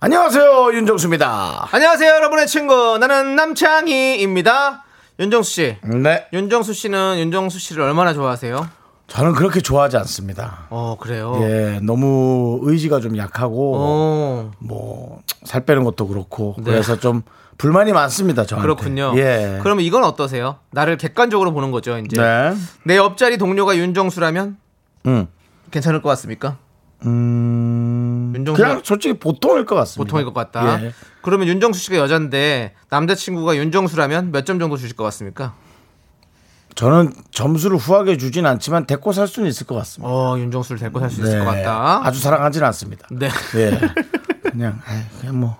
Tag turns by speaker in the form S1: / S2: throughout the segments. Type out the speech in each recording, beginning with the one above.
S1: 안녕하세요 윤정수입니다.
S2: 안녕하세요, 여러분의 친구. 나는 남창희입니다. 윤정수 씨.
S1: 네,
S2: 윤정수 씨는 윤정수 씨를 얼마나 좋아하세요?
S1: 저는 그렇게 좋아하지 않습니다.
S2: 어, 그래요.
S1: 예, 너무 의지가 좀 약하고
S2: 어,
S1: 뭐 살 빼는 것도 그렇고
S2: 네.
S1: 그래서 좀 불만이 많습니다 저한테.
S2: 그렇군요.
S1: 예.
S2: 그러면 이건 어떠세요? 나를 객관적으로 보는 거죠, 이제.
S1: 네.
S2: 내 옆자리 동료가 윤정수라면
S1: 음.
S2: 괜찮을 것 같습니까?
S1: 음.
S2: 윤정수
S1: 그냥 솔직히 보통일 것 같습니다.
S2: 보통일 것 같다.
S1: 예.
S2: 그러면 윤정수 씨가 여잔데 남자친구가 윤정수라면 몇 점 정도 주실 것 같습니까?
S1: 저는 점수를 후하게 주진 않지만 데리고 살 수는 있을 것 같습니다.
S2: 어, 윤정수를 데리고 살 수 있을
S1: 네.
S2: 것 같다.
S1: 아주 사랑하진 않습니다.
S2: 네.
S1: 예. 그냥 아이, 그냥 뭐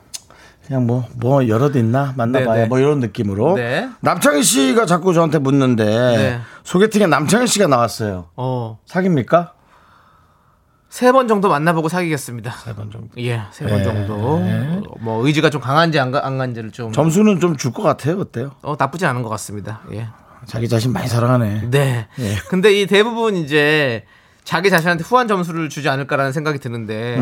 S1: 그냥 뭐 뭐 여럿 있나 만나봐요
S2: 네네.
S1: 뭐 이런 느낌으로
S2: 네.
S1: 남창희 씨가 자꾸 저한테 묻는데
S2: 네.
S1: 소개팅에 남창희 씨가 나왔어요
S2: 어,
S1: 사깁니까?
S2: 세 번 정도 만나보고 사귀겠습니다.
S1: 세번 정도
S2: 예, 세 번 정도. 어, 뭐 의지가 좀 강한지 안, 가- 안 간지를 좀
S1: 점수는 좀 줄 것 같아요 어때요?
S2: 어, 나쁘지 않은 것 같습니다. 예.
S1: 자기 자신 많이 사랑하네
S2: 네. 근데 이 대부분 이제 자기 자신한테 후한 점수를 주지 않을까라는 생각이 드는데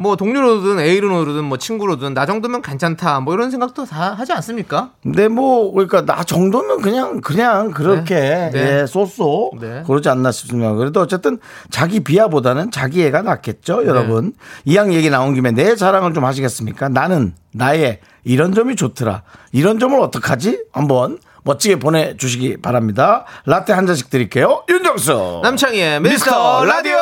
S2: 뭐 동료로든 A로든 뭐 친구로든 나 정도면 괜찮다 뭐 이런 생각도 다 하지 않습니까?
S1: 근데 뭐 그러니까 나 정도면 그냥 그냥 그렇게
S2: 네.
S1: 예, 쏘쏘
S2: 네.
S1: 그러지 않나 싶습니다. 그래도 어쨌든 자기 비하보다는 자기 애가
S2: 네.
S1: 낫겠죠, 여러분. 이왕 얘기 나온 김에 내 자랑을 좀 하시겠습니까? 나는 나의 이런 점이 좋더라. 이런 점을 어떡하지? 한번 멋지게 보내주시기 바랍니다. 라떼 한 잔씩 드릴게요. 윤정수
S2: 남창희의
S1: 미스터
S2: 어. 미스터 라디오.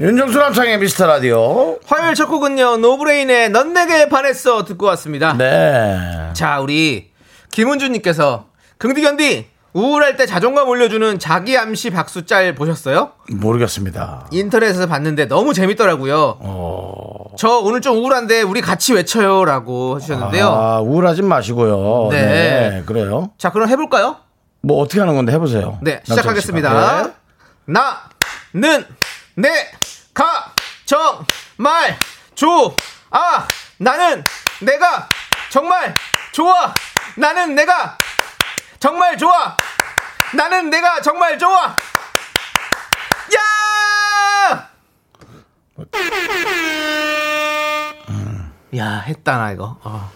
S1: 윤정수 남창의 미스터 라디오.
S2: 화요일 첫 곡은요 노브레인의 넌 내게 반했어 듣고 왔습니다.
S1: 네.
S2: 자, 우리 김은주님께서 긍디견디 우울할 때 자존감 올려주는 자기 암시 박수 짤 보셨어요?
S1: 모르겠습니다.
S2: 인터넷에서 봤는데 너무 재밌더라고요. 저 오늘 좀 우울한데 우리 같이 외쳐요라고 해주셨는데요.
S1: 아, 우울하진 마시고요.
S2: 네.
S1: 네 그래요.
S2: 자, 그럼 해볼까요?
S1: 뭐 어떻게 하는 건데 해보세요.
S2: 네,
S1: 남창희 씨가.
S2: 시작하겠습니다.
S1: 네.
S2: 나는 내가 정말 좋아. 나는 내가 정말 좋아. 나는 내가 정말 좋아. 나는 내가 정말 좋아. 야! 야, 했다 나 이거. 어.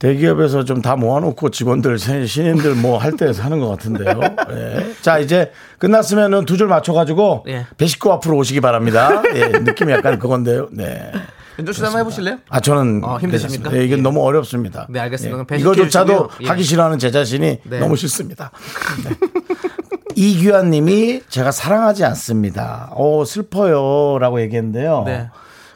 S1: 대기업에서 좀 다 모아놓고 직원들 신- 신인들 뭐 할 때 사는 것 같은데요. 예. 자 이제 끝났으면은 두 줄 맞춰가지고
S2: 예.
S1: 배식구 앞으로 오시기 바랍니다. 예, 느낌이 약간 그건데요. 네.
S2: 윤종 씨 한번 해보실래요?
S1: 아 저는
S2: 어, 힘드십니까?
S1: 괜찮습니다. 예, 이건 너무 어렵습니다.
S2: 네, 알겠습니다. 그럼
S1: 예.
S2: 배식해
S1: 이거조차도
S2: 주시고요. 예.
S1: 하기 싫어하는 제 자신이
S2: 네.
S1: 너무 싫습니다. 네. 이규환님이 제가 사랑하지 않습니다. 어 슬퍼요라고 얘기했는데요.
S2: 네.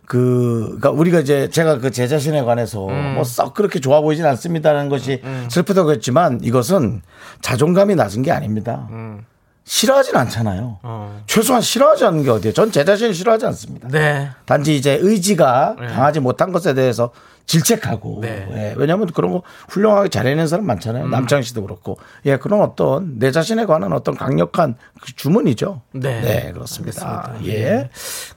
S1: 그, 그니까 우리가 이제 제가 그 제 자신에 관해서
S2: 음.
S1: 뭐 썩 그렇게 좋아 보이진 않습니다라는 것이 슬프다고 했지만 이것은 자존감이 낮은 게 아닙니다.
S2: 음.
S1: 싫어하진 않잖아요. 최소한 싫어하지 않는 게 어디예요? 전 제 자신을 싫어하지 않습니다.
S2: 네.
S1: 단지 이제 의지가 강하지 못한 것에 대해서 질책하고
S2: 네. 음.
S1: 예, 왜냐하면 그런 거 훌륭하게 잘해낸 사람 많잖아요 남창 씨도 그렇고 예 그런 어떤 내 자신에 관한 어떤 강력한 그 주문이죠
S2: 네.
S1: 그렇습니다
S2: 알겠습니다.
S1: 예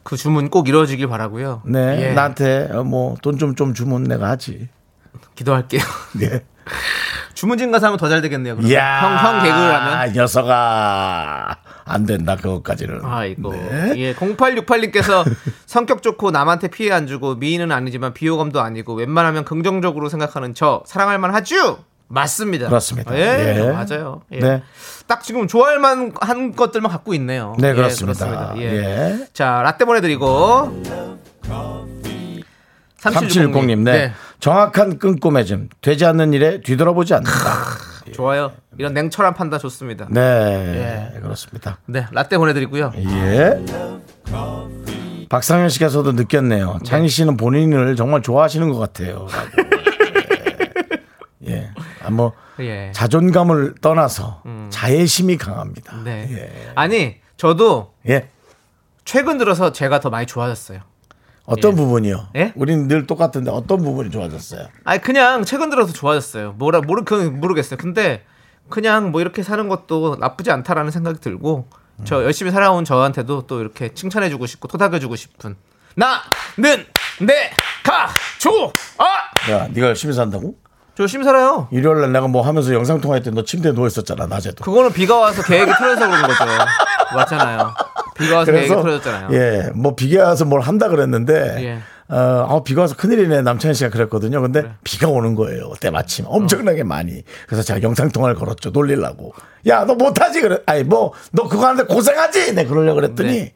S2: 그 주문 꼭 이루어지길 바라고요.
S1: 네
S2: 예,
S1: 나한테 뭐 돈 좀 좀 주문 내가 하지
S2: 기도할게요.
S1: 네
S2: 주문진 가서 하면 더 잘 되겠네요. 그러면.
S1: 이야, 아,
S2: 형, 형 개그를 하면.
S1: 녀석아 안 된다 그것까지는
S2: 아이고.
S1: 네.
S2: 예, 0868님께서 성격 좋고 남한테 피해 안 주고 미인은 아니지만 비호감도 아니고 웬만하면 긍정적으로 생각하는 저 사랑할 만하죠? 맞습니다.
S1: 그렇습니다.
S2: 예,
S1: 예.
S2: 맞아요. 예.
S1: 네.
S2: 딱 지금 좋아할 만한 것들만 갖고 있네요.
S1: 네,
S2: 예,
S1: 그렇습니다.
S2: 그렇습니다.
S1: 예.
S2: 자, 라떼 보내드리고.
S1: 3760 님, 네. 정확한 끈꼼해짐 되지 않는 일에 뒤돌아보지 않는다
S2: 네, 좋아요. 이런 냉철한 판단 좋습니다. 네,
S1: 네 그렇습니다
S2: 라떼 보내드리고요.
S1: 예. 박상현 씨께서도 느꼈네요. 창희 씨는 본인을 정말 좋아하시는 것 같아요. 라고. 예. 예. 아, 뭐
S2: 예. 음.
S1: 자존감을 떠나서 자애심이 강합니다.
S2: 네.
S1: 예.
S2: 아니, 저도
S1: 예.
S2: 최근 들어서 제가 더 많이 좋아졌어요.
S1: 어떤
S2: 예.
S1: 부분이요?
S2: 예?
S1: 우리는 늘 똑같은데 어떤 부분이 좋아졌어요?
S2: 아니 그냥 최근 들어서 좋아졌어요. 뭐라 모르 그건 모르겠어요. 근데 그냥 뭐 이렇게 사는 것도 나쁘지 않다라는 생각이 들고
S1: 음.
S2: 저 열심히 살아온 저한테도 또 이렇게 칭찬해주고 싶고 토닥여주고 싶은 나는 내가 좋아
S1: 야, 네가 열심히 산다고?
S2: 저 열심히 살아요.
S1: 일요일 날 내가 뭐 하면서 영상 통화할 때 너 침대에 누워 있었잖아 낮에도.
S2: 그거는 비가 와서 계획이 틀어져서 그런 거죠. 맞잖아요. 네, 비가 와서 계획이 틀어졌잖아요. 예.
S1: 예, 뭐 비가 와서 뭘 한다 그랬는데 어, 아, 비가 와서 큰일이네 남찬 씨가 그랬거든요. 근데 비가 오는 거예요. 때마침
S2: 어.
S1: 엄청나게 많이. 그래서 제가 영상 통화를 걸었죠. 놀리려고. 야, 너 못하지 그래. 아니 뭐 너 그거 하는데 고생하지. 네, 그러려 고 그랬더니.
S2: 네.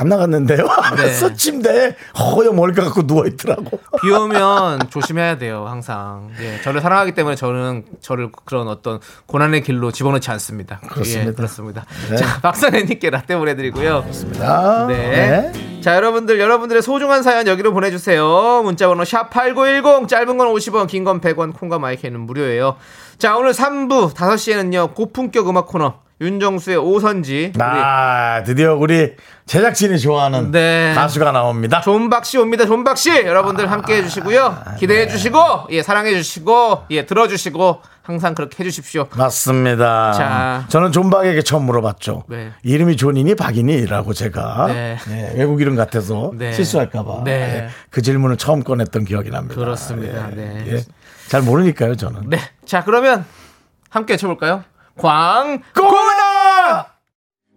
S1: 안 나갔는데요. 하면서
S2: 네.
S1: 침대에 허여 멀게 갖고 누워 있더라고.
S2: 비 오면 조심해야 돼요, 항상. 예, 저를 사랑하기 때문에 저는 저를 그런 어떤 고난의 길로 집어넣지 않습니다.
S1: 그렇습니다.
S2: 예, 그렇습니다.
S1: 네.
S2: 자, 박선혜님께 라떼 보내드리고요.
S1: 아,
S2: 네. 자, 여러분들, 여러분들의 소중한 사연 여기로 보내주세요. 문자번호 샵8910, 짧은 건 50원, 긴 건 100원, 콩과 마이크는 무료예요. 자, 오늘 3부 5시에는요, 고품격 음악 코너, 윤정수의 오선지. 우리
S1: 아, 드디어 우리 제작진이 좋아하는
S2: 네.
S1: 가수가 나옵니다.
S2: 존박 씨 옵니다. 존박 씨 여러분들
S1: 아,
S2: 함께 해주시고요.
S1: 네.
S2: 기대해 주시고 예 사랑해 주시고 예 들어주시고 항상 그렇게 해주십시오.
S1: 맞습니다.
S2: 자.
S1: 저는 존박에게 처음 물어봤죠.
S2: 네.
S1: 이름이 존이니 박이니라고 제가
S2: 네.
S1: 예, 외국 이름 같아서
S2: 네.
S1: 실수할까봐
S2: 네.
S1: 예, 그 질문을 처음 꺼냈던 기억이 납니다.
S2: 그렇습니다.
S1: 예,
S2: 네.
S1: 예. 잘 모르니까요, 저는.
S2: 네. 자 그러면 함께 쳐볼까요? 광.
S1: 고마워!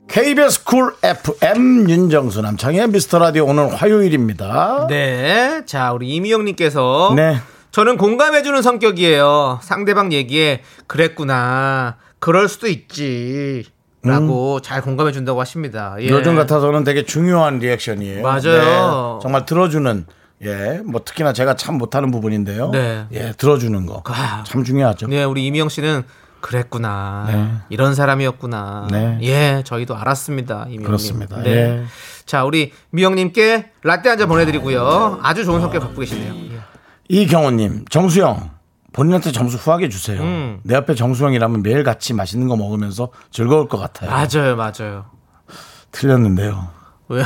S1: KBS 쿨 FM 윤정수 남창의 미스터 라디오 오늘 화요일입니다.
S2: 네. 자 우리 이미영님께서
S1: 네.
S2: 저는 공감해주는 성격이에요. 상대방 얘기에 그랬구나. 그럴 수도 있지. 라고 잘 공감해 준다고 하십니다. 예.
S1: 음. 요즘 같아서는 되게 중요한 리액션이에요. 네.
S2: 맞아요.
S1: 정말 들어주는 예, 뭐 특히나 제가 참 못하는 부분인데요.
S2: 네.
S1: 예, 들어주는 거.
S2: 아.
S1: 참 중요하죠.
S2: 네, 우리 이미영 씨는 그랬구나. 이런 사람이었구나.
S1: 네.
S2: 예, 저희도 알았습니다. 이미영님.
S1: 그렇습니다.
S2: 네.
S1: 예.
S2: 자, 우리 미영님께 라떼 한 잔 보내드리고요. 아주 좋은 성격 갖고 계시네요. 예.
S1: 이경호님, 정수영. 본인한테 점수 후하게 주세요.
S2: 음.
S1: 내 옆에 정수영이라면 매일 같이 맛있는 거 먹으면서 즐거울 것 같아요.
S2: 맞아요, 맞아요.
S1: 틀렸는데요.
S2: 왜요?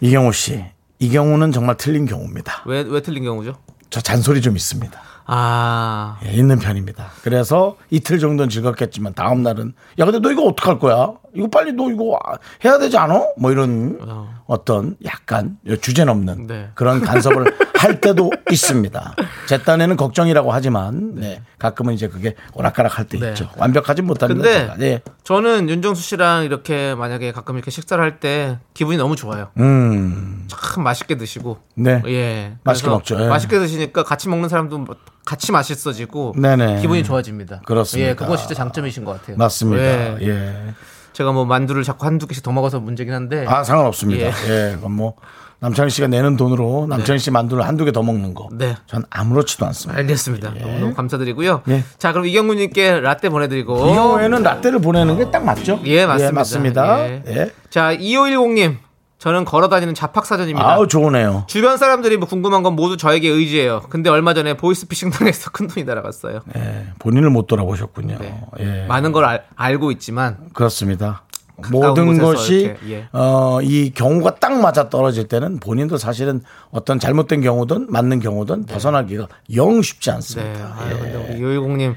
S1: 이경호 씨, 이 경우는 정말 틀린 경우입니다.
S2: 왜, 왜 틀린 경우죠?
S1: 저 잔소리 좀 있습니다.
S2: 아,
S1: 예, 있는 편입니다. 그래서 이틀 정도는 즐겁겠지만 다음 날은 야 근데 너 이거 어떡할 거야? 이거 빨리 너 이거 아- 해야 되지 않아? 뭐 이런
S2: 어.
S1: 어. 떤 약간 주제넘는
S2: 네.
S1: 그런 간섭을 할 때도 있습니다. 제 딴에는 걱정이라고 하지만 네, 가끔은 이제 그게 오락가락 할 때
S2: 네.
S1: 있죠. 완벽하진 못합니다.
S2: 근데
S1: 제가. 예.
S2: 저는 윤정수 씨랑 이렇게 만약에 가끔 이렇게 식사를 할 때 기분이 너무 좋아요.
S1: 음,
S2: 참 맛있게 드시고.
S1: 네.
S2: 예.
S1: 맛있게
S2: 그래서
S1: 먹죠. 예.
S2: 맛있게 드시니까 같이 먹는 사람도 뭐 같이 맛있어지고
S1: 네네.
S2: 기분이 좋아집니다.
S1: 그렇습니다.
S2: 예, 그건 진짜 장점이신 것 같아요.
S1: 맞습니다.
S2: 예.
S1: 예.
S2: 제가 뭐 만두를 자꾸 한두 개씩 더 먹어서 문제긴 한데
S1: 아 상관없습니다. 예, 그건 뭐 남창희 씨가 내는 돈으로 남창희 씨 만두를 한두 개 더 먹는 거.
S2: 네.
S1: 전 아무렇지도 않습니다.
S2: 알겠습니다. 너무너무 감사드리고요.
S1: 예.
S2: 자, 그럼 이경문 님께 라떼 보내 드리고
S1: 이 경우에는 라떼를 보내는 게 딱 맞죠?
S2: 어? 예, 맞습니다.
S1: 맞습니다.
S2: 예.
S1: 예.
S2: 자, 2510 님. 저는 걸어 다니는 자팍 사전입니다.
S1: 아우 좋으네요.
S2: 주변 사람들이 뭐 궁금한 건 모두 저에게 의지해요. 근데 얼마 전에 보이스피싱 당해서 큰 돈이 날아갔어요.
S1: 예, 본인을 못 돌아보셨군요.
S2: 네.
S1: 예,
S2: 많은 걸 알, 알고 있지만
S1: 그렇습니다.
S2: 가까운
S1: 모든
S2: 곳에서
S1: 것이
S2: 이렇게, 예.
S1: 어, 이 경우가 딱 맞아 떨어질 때는 본인도 사실은 어떤 잘못된 경우든 맞는 경우든 벗어나기가 영 쉽지
S2: 네.
S1: 않습니다.
S2: 아유, 근데 우리 2510 님,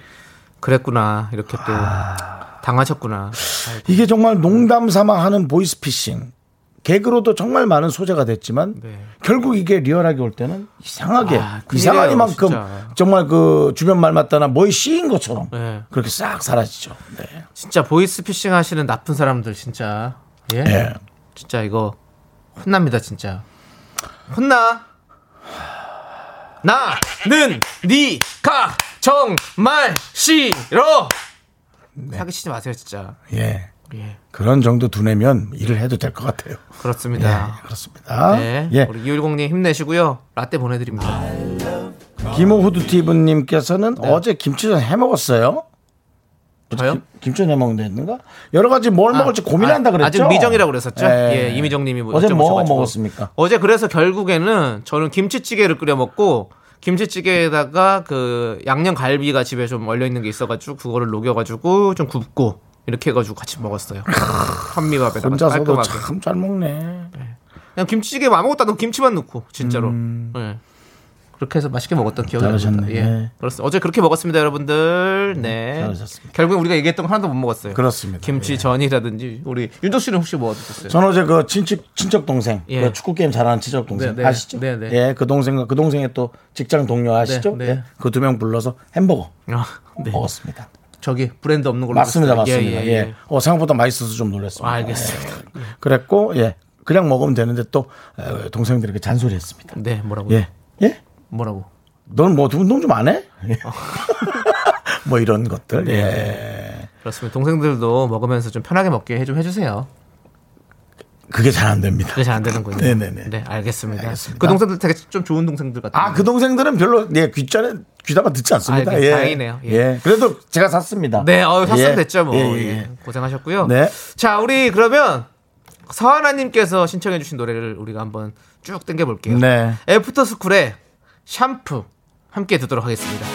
S2: 그랬구나. 이렇게 또 아. 당하셨구나. 아,
S1: 이게 정말 농담 삼아 하는 보이스피싱. 개그로도 정말 많은 소재가 됐지만
S2: 네.
S1: 결국 이게 리얼하게 올 때는 이상하게
S2: 아, 큰일이에요,
S1: 이상하니만큼
S2: 진짜.
S1: 정말 그 주변 말 맞다나 뭐에 씌인 것처럼
S2: 네.
S1: 그렇게 싹 사라지죠. 네.
S2: 진짜 보이스피싱 하시는 나쁜 사람들 진짜 예?
S1: 예.
S2: 진짜 이거 혼납니다 진짜 혼나 나는 니가 정말 싫어 사기치지 마세요 진짜
S1: 예.
S2: 예
S1: 그런 정도 두뇌면 일을 해도 될 것 같아요.
S2: 그렇습니다
S1: 그렇습니다.
S2: 네
S1: 예. 아,
S2: 우리 이율공님 힘내시고요 라떼 보내드립니다
S1: 김호 후드티브님께서는
S2: 네.
S1: 어제 김치전 해 먹었어요.
S2: 저요
S1: 김치전 해 먹는데 했는가? 여러 가지 뭘뭐 먹을지 고민한다
S2: 아,
S1: 그랬죠.
S2: 아직 미정이라고 그랬었죠
S1: 예.
S2: 예, 이미정님이 뭐
S1: 어제 뭐
S2: 여쭤보셔가지고.
S1: 먹었습니까?
S2: 어제 그래서 결국에는 저는 김치찌개를 끓여 먹고 김치찌개에다가 그 양념 갈비가 집에 좀 얼려 있는 게 있어가지고 그거를 녹여가지고 좀 굽고 이렇게 해가지고 같이 먹었어요. 현미밥에다가
S1: 혼자서도
S2: 깔끔하게.
S1: 참 잘 먹네.
S2: 그냥 그냥 김치찌개 아무것도 안 넣고 김치만 넣고 진짜로. 예. 그렇게 해서 맛있게 먹었던 기억이
S1: 잘하셨네.
S2: 납니다. 예.
S1: 네.
S2: 그렇습니다. 어제 그렇게 먹었습니다, 여러분들. 네.
S1: 잘하셨습니다.
S2: 결국 우리가 얘기했던 거 하나도 못 먹었어요.
S1: 그렇습니다. 예.
S2: 김치 전이라든지 우리 윤정 씨는 혹시 뭐 드셨어요?
S1: 전 어제 그 친척 친척 동생
S2: 예.
S1: 그 축구 게임 잘하는 친척 동생
S2: 네, 네.
S1: 아시죠?
S2: 네, 네.
S1: 예, 그 동생과 그 동생의 또 직장 동료 아시죠?
S2: 네, 네.
S1: 예, 그 두 명 불러서 햄버거
S2: 아, 네.
S1: 먹었습니다.
S2: 저기 브랜드 없는 걸로
S1: 맞습니다,
S2: 먹었어요.
S1: 맞습니다. 예, 어, 생각보다 맛있어서 좀 놀랐습니다.
S2: 아, 알겠습니다.
S1: 예. 그랬고, 예, 그냥 먹으면 되는데 또 어, 동생들에게 잔소리했습니다.
S2: 네, 뭐라고?
S1: 예, 예,
S2: 뭐라고?
S1: 넌뭐 운동 좀 안 해? 예.
S2: 어.
S1: 뭐 이런 것들. 예,
S2: 그렇습니다. 동생들도 먹으면서 좀 편하게 먹게 해 좀 해주세요.
S1: 그게 잘 안 됩니다.
S2: 그게 잘 안 되는군요.
S1: 네네네.
S2: 네, 알겠습니다.
S1: 알겠습니다.
S2: 그 동생들 되게 좀 좋은 동생들 같아요.
S1: 아, 그 동생들은 별로 예, 귀전에 귀담아 듣지 않습니다.
S2: 아,
S1: 예.
S2: 네, 다행이네요. 예.
S1: 예. 그래도 제가 샀습니다.
S2: 네, 어, 샀으면
S1: 예.
S2: 됐죠, 뭐.
S1: 예, 예, 예.
S2: 예, 고생하셨고요.
S1: 네.
S2: 자, 우리 그러면 서하나님께서 신청해주신 노래를 우리가 한번 쭉 땡겨볼게요.
S1: 네.
S2: 애프터스쿨의 샴푸 함께 듣도록 하겠습니다.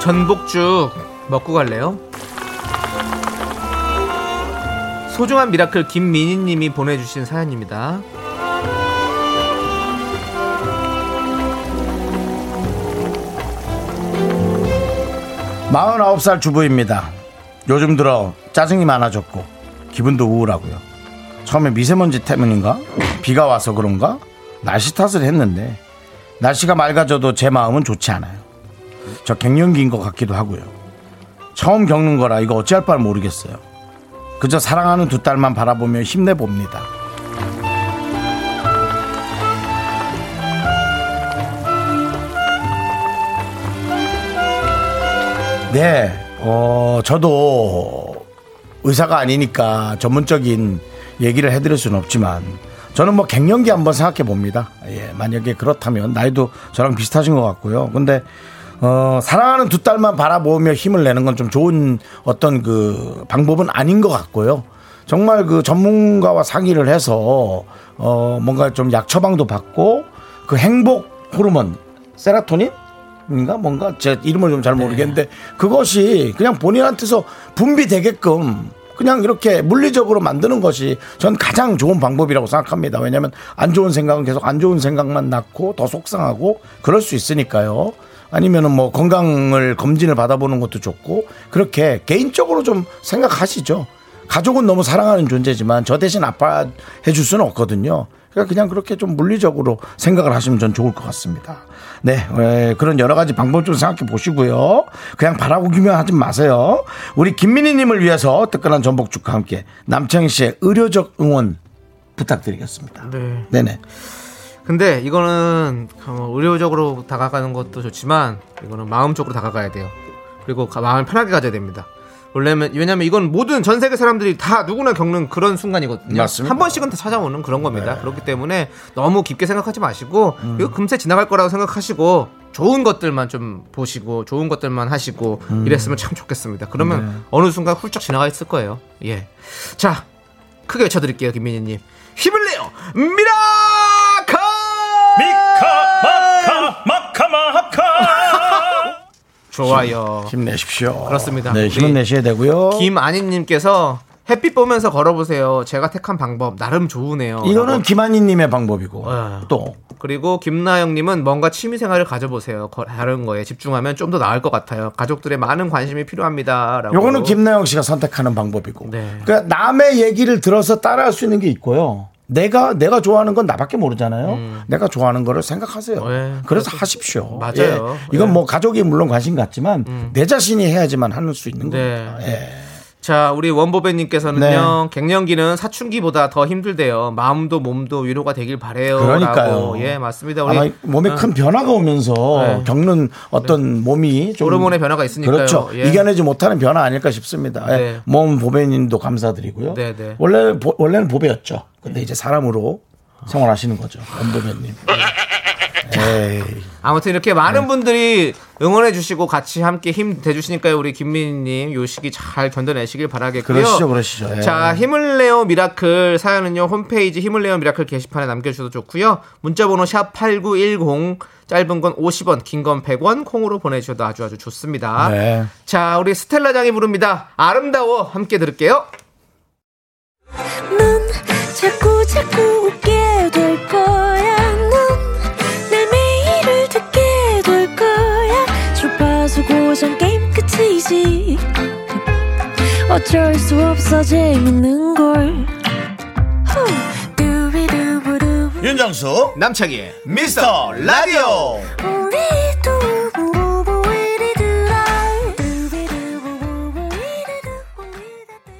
S2: 전복죽 먹고 갈래요? 소중한 미라클 김민희님이 보내주신 사연입니다.
S1: 마흔아홉 살 주부입니다. 요즘 들어 짜증이 많아졌고 기분도 우울하고요. 처음에 미세먼지 때문인가? 비가 와서 그런가? 날씨 탓을 했는데 날씨가 맑아져도 제 마음은 좋지 않아요. 저 갱년기인 것 같기도 하고요. 처음 겪는 거라 이거 어찌할 바를 모르겠어요. 그저 사랑하는 두 딸만 바라보며 힘내봅니다. 네, 어, 저도 의사가 아니니까 전문적인 얘기를 해드릴 수는 없지만 저는 뭐 갱년기 한번 생각해 봅니다. 예, 만약에 그렇다면 나이도 저랑 비슷하신 것 같고요. 근데 어, 사랑하는 두 딸만 바라보며 힘을 내는 건 좀 좋은 어떤 그 방법은 아닌 것 같고요. 정말 그 전문가와 상의를 해서 어, 뭔가 좀 약 처방도 받고 그 행복 호르몬 세라토닌 인가 뭔가 제 이름을 좀 잘 모르겠는데 그것이 그냥 본인한테서 분비되게끔 그냥 이렇게 물리적으로 만드는 것이 전 가장 좋은 방법이라고 생각합니다. 왜냐하면 안 좋은 생각은 계속 안 좋은 생각만 낳고 더 속상하고 그럴 수 있으니까요. 아니면은 뭐 건강을 검진을 받아보는 것도 좋고 그렇게 개인적으로 좀 생각하시죠. 가족은 너무 사랑하는 존재지만 저 대신 아파해 줄 수는 없거든요. 그러니까 그냥 그렇게 좀 물리적으로 생각을 하시면 전 좋을 것 같습니다. 네, 에, 그런 여러 가지 방법 좀 생각해 보시고요. 그냥 바라보기만 하지 마세요. 우리 김민희님을 위해서 뜨끈한 전복죽과 함께 남창희 씨의 의료적 응원 부탁드리겠습니다.
S2: 네.
S1: 네네.
S2: 근데 이거는 어, 의료적으로 다가가는 것도 좋지만 이거는 마음적으로 다가가야 돼요. 그리고 가- 마음을 편하게 가져야 됩니다. 원래는 왜냐면 이건 모든 전 세계 사람들이 다 누구나 겪는 그런 순간이거든요.
S1: 맞습니다.
S2: 한 번씩은 다 찾아오는 그런 겁니다. 그렇기 때문에 너무 깊게 생각하지 마시고 이거 금세 지나갈 거라고 생각하시고 좋은 것들만 좀 보시고 좋은 것들만 하시고 이랬으면 참 좋겠습니다. 그러면 어느 순간 훌쩍 지나가 있을 거예요. 예. 자, 크게 외쳐드릴게요, 김민희님. 힘을 내요, 미라카!
S3: 미카 마카 마카 마카
S2: 좋아요.
S1: 힘내십시오.
S2: 그렇습니다.
S1: 네, 힘은
S2: 우리
S1: 내셔야 되고요.
S2: 김아니님께서 햇빛 보면서 걸어보세요. 제가 택한 방법 어, 나름 뭐- 좋으네요.
S1: 이거는
S2: 라고.
S1: 김한희님의 방법이고
S2: 아.
S1: 또
S2: 그리고 김나영님은 뭔가 취미 생활을 가져보세요. 거- 다른 거에 집중하면 좀 더 나을 것 같아요. 가족들의 많은 관심이 아, 필요합니다라고.
S1: 요거는 김나영 씨가 선택하는 방법이고.
S2: 네.
S1: 그러니까 남의 얘기를 들어서 따라할 수 있는 게 있고요. 내가 내가 좋아하는 건 나밖에 모르잖아요. 내가 좋아하는 거를 생각하세요.
S2: 음. 네,
S1: 그래서 하십시오.
S2: 맞아요.
S1: 예. 이건
S2: 예.
S1: 뭐 가족이 물론 관심 같지만 내 자신이 해야지만 할 수 있는
S2: 네.
S1: 겁니다. 예.
S2: 자, 우리
S1: 네.
S2: 원보배님께서는요, 갱년기는 사춘기보다 더 힘들대요. 마음도 몸도 위로가 되길 바래요.
S1: 그러니까요.
S2: 라고. 예, 맞습니다. 우리 어.
S1: 아마 몸에 큰 변화가 오면서
S2: 네.
S1: 겪는 어떤 몸이 좀
S2: 호르몬의 변화가 있으니까요.
S1: 그렇죠.
S2: 예.
S1: 이겨내지 못하는 변화 아닐까 싶습니다. 예.
S2: 네.
S1: 몸 보배님도 감사드리고요.
S2: 네, 네.
S1: 원래 보- 원래는 보배였죠. 근데 이제 사람으로 생활하시는 거죠. 원보배님. 예. 에이.
S2: 아무튼 이렇게
S1: 네.
S2: 많은 분들이 응원해 주시고 같이 함께 힘 대주시니까요. 우리 김민희님 요식이 잘 견뎌내시길 바라겠고요.
S1: 그러시죠, 그러시죠. 예.
S2: 자, 힘을 내요 미라클 사연은요. 홈페이지 힘을 내요 미라클 게시판에 남겨주셔도 좋고요. 문자번호 샵 8910 짧은 건 50원, 긴 건 100원 콩으로 보내주셔도 아주 아주 좋습니다.
S1: 네.
S2: 자, 우리 스텔라장이 부릅니다. 아름다워 함께 들을게요.
S4: 넌 자꾸 자꾸 웃게 될 거야. 넌내 매일을 듣게 될 거야. 주파수 고정 게임 끝이지. 어쩔 수 없어 재밌는 걸. 후. 두비두부두.
S5: 윤정수
S2: 남창희의
S5: 미스터 라디오
S4: 우리 두부부부 우리 두라. 두비두부부부 우리 두부 우리 두라.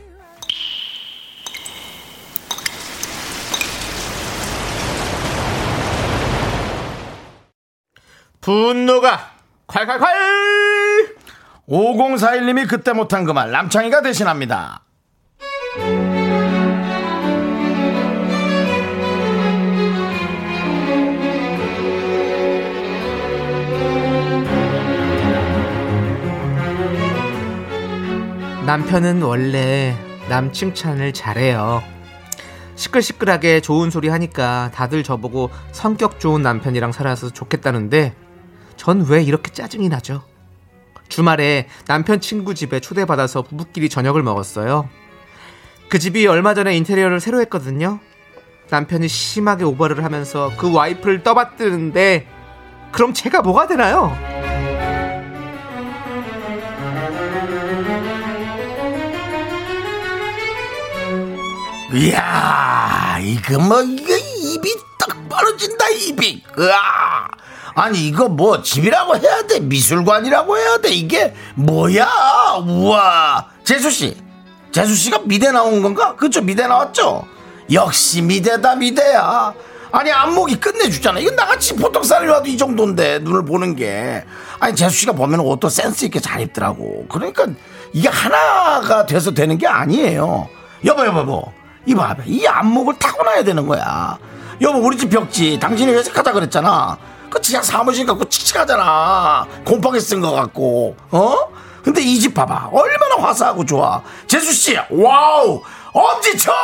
S2: 분노가 콸콸콸!
S1: 5041님이 그때 못한 그 말 남창희가 대신합니다.
S2: 남편은 원래 남 칭찬을 잘해요. 시끌시끌하게 좋은 소리 하니까 다들 저보고 성격 좋은 남편이랑 살아서 좋겠다는데 전 왜 이렇게 짜증이 나죠? 주말에 남편 친구 집에 초대받아서 부부끼리 저녁을 먹었어요. 그 집이 얼마 전에 인테리어를 새로 했거든요. 남편이 심하게 오버를 하면서 그 와이프를 떠받드는데 그럼 제가 뭐가 되나요?
S1: 이야, 이거 뭐, 이거 입이 딱 벌어진다, 입이. 으아. 아니, 이거 뭐, 집이라고 해야 돼? 미술관이라고 해야 돼? 이게 뭐야? 우와. 재수씨. 재수씨가 미대 나온 건가? 그쵸, 미대 나왔죠? 역시 미대다, 미대야. 아니, 안목이 끝내주잖아. 이건 나같이 보통 사람이라도 이 정도인데, 눈을 보는 게. 아니, 재수씨가 보면 옷도 센스있게 잘 입더라고. 그러니까, 이게 하나가 돼서 되는 게 아니에요. 여보, 여보, 여보. 이봐, 이 안목을 타고나야 되는 거야. 여보, 우리 집 벽지, 당신이 회색하다 그랬잖아. 그 지하 사무실 갖고 칙칙하잖아. 곰팡이 쓴 거 같고, 어? 근데 이 집 봐봐. 얼마나 화사하고 좋아. 재수씨, 와우! 엄지척!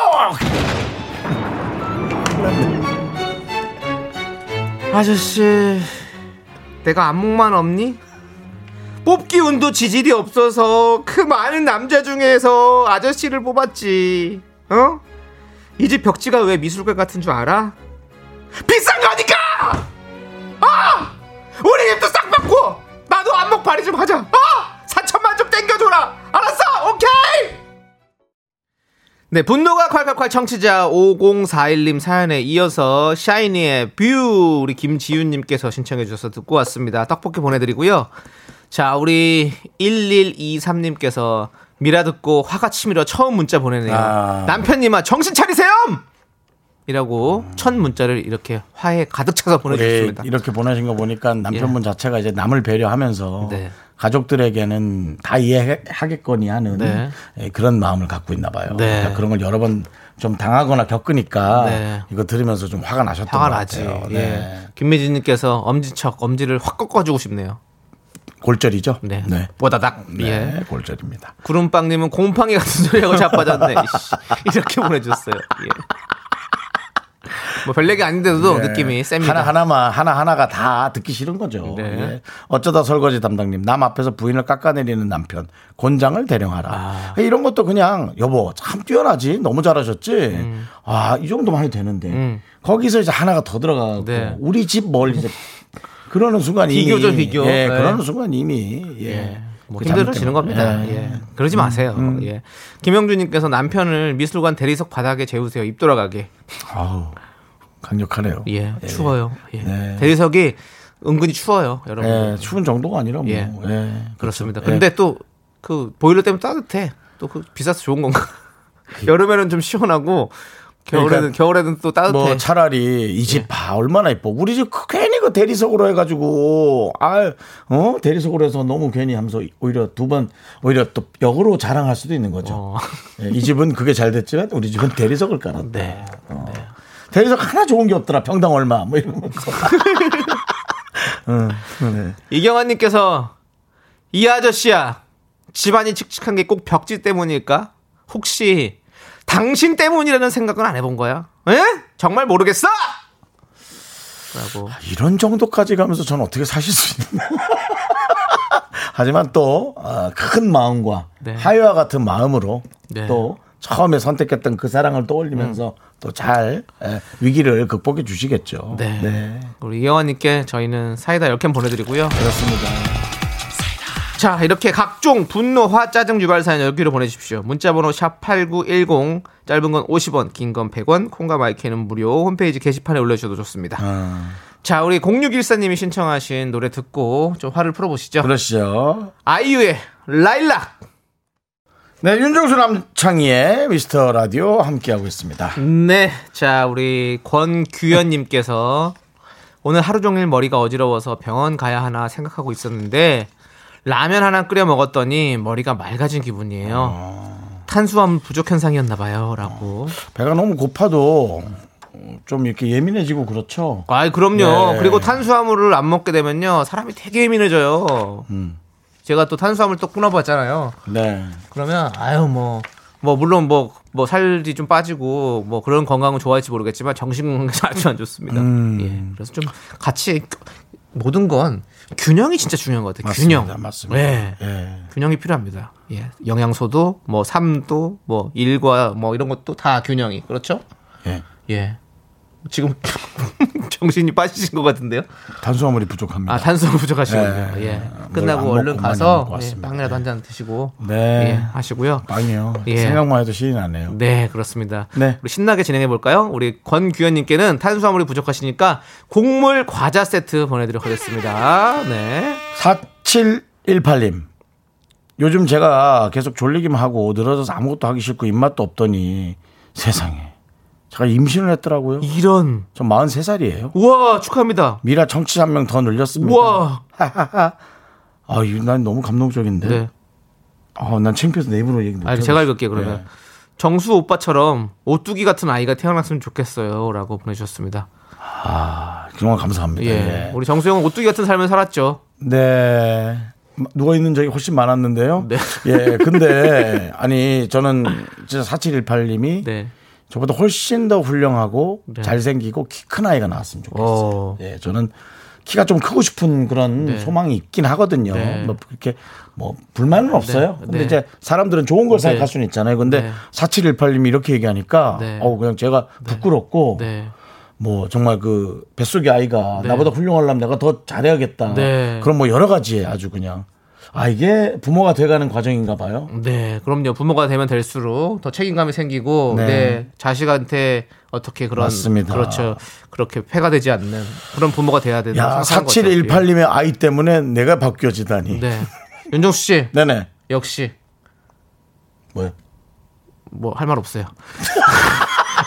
S2: 아저씨, 내가 안목만 없니? 뽑기 운도 지질이 없어서 그 많은 남자 중에서 아저씨를 뽑았지. 어? 이 집 벽지가 왜 미술관 같은 줄 알아? 비싼 거니까! 아! 우리 집도 싹 바꿔! 나도 안목 발휘 좀 하자! 아! 4천만 좀 땡겨줘라! 알았어! 오케이! 네, 분노가 콸콸콸 청취자 5041님 사연에 이어서 샤이니의 뷰 우리 김지윤님께서 신청해 주셔서 듣고 왔습니다. 떡볶이 보내드리고요. 자, 우리 1123님께서 미라 듣고 화가 치밀어 처음 문자 보내네요.
S1: 아.
S2: 남편님아 정신 차리세요! 이라고 첫 문자를 이렇게 화에 가득 차서 보내주셨습니다.
S1: 네,
S2: 예.
S1: 이렇게 보내신 거 보니까 남편분 자체가 이제 남을 배려하면서
S2: 네.
S1: 가족들에게는 다 이해하겠거니 하는
S2: 네.
S1: 예, 그런 마음을 갖고 있나 봐요.
S2: 네.
S1: 그러니까 그런 걸 여러 번 좀 당하거나 겪으니까
S2: 네.
S1: 이거 들으면서 좀 화가 나셨던
S2: 화가
S1: 것
S2: 나지.
S1: 같아요. 네.
S2: 예. 김미진님께서 엄지척 엄지를 확 꺾어주고 싶네요.
S1: 골절이죠.
S2: 네. 뽀다닥. 예.
S1: 네, 골절입니다.
S2: 구름빵님은 곰팡이 같은 소리하고 자빠졌네. 이씨. 이렇게 보내줬어요. 예. 뭐 별얘기 아닌데도
S1: 네.
S2: 느낌이 셉니다.
S1: 하나 하나만 하나 하나가 다 듣기 싫은 거죠.
S2: 네.
S1: 예. 어쩌다 설거지 담당님 남 앞에서 부인을 깎아내리는 남편 곤장을 대령하라.
S2: 아.
S1: 예, 이런 것도 그냥 여보 참 뛰어나지 너무 잘하셨지.
S2: 음.
S1: 아 이 정도만 해도 되는데 거기서 이제 하나가 더 들어가고
S2: 네.
S1: 우리 집 멀 이제 그러는 순간
S2: 비교죠,
S1: 이미
S2: 비교.
S1: 예,
S2: 네.
S1: 그러는 순간 이미 예.
S2: 뭐
S1: 그
S2: 힘들어지는
S1: 잘못된- 음.
S2: 겁니다.
S1: 예.
S2: 예. 그러지 마세요. 예. 김영준님께서 남편을 미술관 대리석 바닥에 재우세요. 입 돌아가게.
S1: 아우 강력하네요.
S2: 예. 추워요. 예.
S1: 네.
S2: 대리석이 은근히 추워요, 여러분.
S1: 예, 추운 정도가 아니라 뭐.
S2: 예.
S1: 예.
S2: 그렇습니다.
S1: 그렇죠.
S2: 근데 또 그 보일러 때문에 따뜻해. 또 그 비싸서 좋은 건가? 여름에는 좀 시원하고 겨울에는
S1: 그 그러니까
S2: 겨울에는 또 따뜻해.
S1: 뭐 차라리 이
S2: 네.
S1: 집 봐 얼마나 이뻐 우리 집 그- 괜히 그 대리석으로 해가지고 아어 대리석으로 해서 너무 괜히 하면서 오히려 두 번 오히려 또 역으로 자랑할 수도 있는 거죠
S2: 어. 아.
S1: 예, 이 집은 그게 잘 됐지만 우리 집은 대리석을 깔았다
S2: 네.
S1: 대리석 하나 좋은 게 없더라 평당 얼마 뭐 이러면서 응, 네.
S2: 이경환님께서 이 아저씨야 집안이 칙칙한 게 꼭 벽지 때문일까? 혹시 당신 때문이라는 생각은 안 해본 거야? 에? 정말 모르겠어? 라고
S1: 이런 정도까지 가면서 저는 어떻게 사실 수 있나. 하지만 또 아, 큰 마음과
S2: 네.
S1: 하유와 같은 마음으로
S2: 네. 음.
S1: 또 처음에 선택했던 그 사랑을 떠올리면서 또 잘 예, 위기를 극복해 주시겠죠.
S2: 네. 우리 이경환님께 저희는 사이다 10캔 보내드리고요
S1: 그렇습니다.
S2: 자 이렇게 각종 분노, 화, 짜증 유발 사연 여기로 보내주십시오 문자번호 샵8910 짧은 건 50원 긴 건 100원 콩과 마이크는 무료 홈페이지 게시판에 올려주셔도 좋습니다
S1: 아,
S2: 자 우리 0614님이 신청하신 노래 듣고 좀 화를 풀어보시죠
S1: 그러시죠.
S2: 아이유의 라일락
S1: 네, 윤정수 남창희의 미스터 라디오 함께하고 있습니다.
S2: 네, 자 우리 권규현님께서 오늘 하루 종일 머리가 어지러워서 병원 가야 하나 생각하고 있었는데 라면 하나 끓여 먹었더니 머리가 맑아진 기분이에요. 탄수화물 부족 현상이었나 봐요라고.
S1: 배가 너무 고파도 좀 이렇게 예민해지고 그렇죠.
S2: 아, 그럼요.
S1: 네.
S2: 그리고 탄수화물을 안 먹게 되면요 사람이 되게 예민해져요.
S1: 음.
S2: 제가 또 탄수화물 또 끊어봤잖아요.
S1: 네.
S2: 그러면 아유 뭐 뭐 물론 뭐 뭐 살이 좀 빠지고 뭐 그런 건강은 좋아할지 모르겠지만 정신 건강 아주 안 좋습니다.
S1: 음.
S2: 예. 그래서 좀 같이 모든 건 균형이 진짜 중요한 것 같아요.
S1: 맞습니다.
S2: 균형.
S1: 맞습니다.
S2: 예.
S1: 예.
S2: 균형이 필요합니다. 예. 영양소도 뭐 삶도 뭐 일과 뭐 이런 것도 다 균형이. 그렇죠?
S1: 예.
S2: 예. 지금 정신이 빠지신 것 같은데요.
S1: 탄수화물이 부족합니다.
S2: 아, 탄수화물 부족하시군요.
S1: 네.
S2: 예.
S1: 뭘
S2: 끝나고
S1: 안
S2: 얼른
S1: 먹고 많이 먹고
S2: 가서 예,
S1: 왔습니다.
S2: 빵이라도 한 잔 드시고
S1: 네.
S2: 예, 하시고요.
S1: 빵이요.
S2: 예.
S1: 생각만 해도 신이 나네요.
S2: 네, 그렇습니다.
S1: 네.
S2: 우리 신나게 진행해 볼까요? 우리 권규현 님께는 탄수화물이 부족하시니까 곡물 과자 세트 보내 드리겠습니다. 네.
S1: 4718님. 요즘 제가 계속 졸리기만 하고 늘어져서 아무것도 하기 싫고 입맛도 없더니 세상에. 제가 임신을 했더라고요.
S2: 이런
S1: 전 43살이에요.
S2: 우와, 축하합니다.
S1: 미라 청취자 한 명 더 늘렸습니다.
S2: 우와.
S1: 아, 이거 난 너무 감동적인데.
S2: 네.
S1: 아, 난 창피해서 내 입으로 얘기 못
S2: 아,
S1: 하겠어.
S2: 제가 읽을게요, 그러면.
S1: 네.
S2: 정수 오빠처럼 오뚜기 같은 아이가 태어났으면 좋겠어요라고 보내 주셨습니다.
S1: 아, 정말 감사합니다.
S2: 예.
S1: 예.
S2: 우리 정수 형은 오뚜기 같은 삶을 살았죠.
S1: 네. 누워 있는 적이 훨씬 많았는데요.
S2: 네.
S1: 예. 근데 아니 저는 진짜 4718님이
S2: 네.
S1: 저보다 훨씬 더 훌륭하고
S2: 네.
S1: 잘생기고 키 큰 아이가 나왔으면 좋겠어요.
S2: 어.
S1: 예, 저는 키가 좀 크고 싶은 그런
S2: 네.
S1: 소망이 있긴 하거든요.
S2: 네.
S1: 뭐 그렇게 뭐 불만은 없어요. 근데
S2: 네.
S1: 이제 사람들은 좋은 걸
S2: 네.
S1: 생각할 수는 있잖아요. 근데
S2: 네.
S1: 4718님이 이렇게 얘기하니까
S2: 네.
S1: 어 그냥 제가 부끄럽고
S2: 네.
S1: 뭐 정말 그 뱃속의 아이가
S2: 네.
S1: 나보다 훌륭하려면 내가 더 잘해야겠다.
S2: 네.
S1: 그런 뭐 여러 가지에 아주 그냥 아 이게 부모가 돼가는 과정인가 봐요.
S2: 네, 그럼요. 부모가 되면 될수록 더 책임감이 생기고
S1: 네.
S2: 네, 자식한테 어떻게 그런
S1: 맞습니다.
S2: 그렇죠. 그렇게 폐가 되지 않는 그런 부모가 돼야 된다고
S1: 야
S2: 생각하는 거죠.
S1: 4718님의 아이 때문에 내가 바뀌어지다니.
S2: 예. 네. 윤정수 씨
S1: 네네.
S2: 역시
S1: 뭐요?
S2: 뭐 할 말 없어요.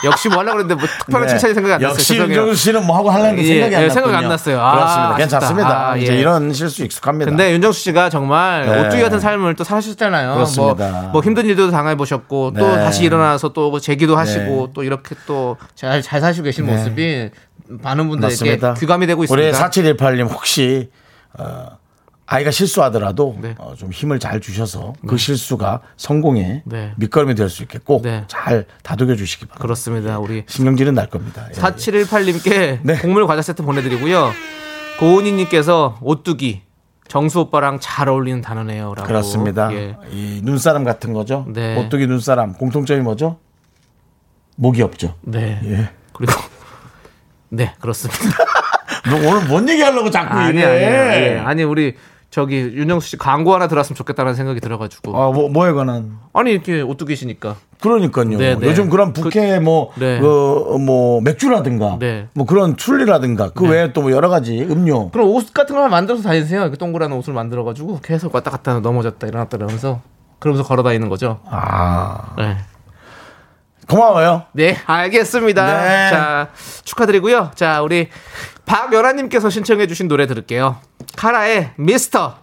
S2: 역시 뭐 하려고 그랬는데 뭐 특별한
S1: 네.
S2: 칭찬이 생각이 안 났어요.
S1: 역시
S2: 죄송해요.
S1: 윤정수 씨는 뭐 하고 하려는 게
S2: 예,
S1: 생각이 안
S2: 예,
S1: 났군요.
S2: 생각이 안 났어요. 아,
S1: 그렇습니다.
S2: 아쉽다.
S1: 괜찮습니다.
S2: 아,
S1: 이제
S2: 예.
S1: 이런 실수 익숙합니다.
S2: 근데 윤정수 씨가 정말
S1: 네.
S2: 오뚜기 같은 삶을 또 사셨잖아요.
S1: 그렇습니다.
S2: 뭐, 뭐 힘든 일도 당해 보셨고 또
S1: 네.
S2: 다시 일어나서 또 재기도 하시고
S1: 네.
S2: 또 이렇게 또 잘 잘 사시고 계신 모습이 많은 분들에게
S1: 맞습니다.
S2: 귀감이 되고 있습니다.
S1: 우리 4718님 혹시 어, 아이가 실수하더라도
S2: 네.
S1: 어, 좀 힘을 잘 주셔서 그 실수가 성공에
S2: 네.
S1: 밑거름이 될 수 있게 꼭
S2: 네.
S1: 잘 다독여 주시기 바랍니다.
S2: 그렇습니다. 우리
S1: 신경질은 날 겁니다. 예, 예.
S2: 4718님께
S1: 네.
S2: 곡물 과자 세트 보내드리고요. 고은희님께서 오뚜기 정수 오빠랑 잘 어울리는 단어네요라고.
S1: 그렇습니다.
S2: 예.
S1: 이 눈사람 같은 거죠.
S2: 네.
S1: 오뚜기 눈사람 공통점이 뭐죠? 목이 없죠.
S2: 네.
S1: 예.
S2: 그리고 네 그렇습니다.
S1: 너뭐 오늘 뭔 얘기 하려고 자꾸
S2: 아니
S1: 이래.
S2: 아니 아니 아니 우리 저기 윤정수 씨 광고 하나 들었으면 좋겠다는 생각이 들어가지고
S1: 아, 뭐, 뭐에 관한.
S2: 아니 이렇게 오뚜기시니까
S1: 그러니까요.
S2: 네, 네.
S1: 요즘 그런 부캐 뭐,
S2: 네.
S1: 그, 뭐, 맥주라든가,
S2: 네.
S1: 뭐 그런 술리라든가, 그 외에 또뭐 여러 가지 음료.
S2: 그럼 옷 같은 걸 만들어서 다니세요. 이렇게 동그란 옷을 만들어가지고 계속 왔다 갔다 넘어졌다 일어났다 이러면서 그러면서 걸어 다니는 거죠.
S1: 아.
S2: 네.
S1: 고마워요.
S2: 네, 알겠습니다.
S1: 네.
S2: 자, 축하드리고요. 자, 우리 박연아님께서 신청해주신 노래 들을게요. 카라의 미스터.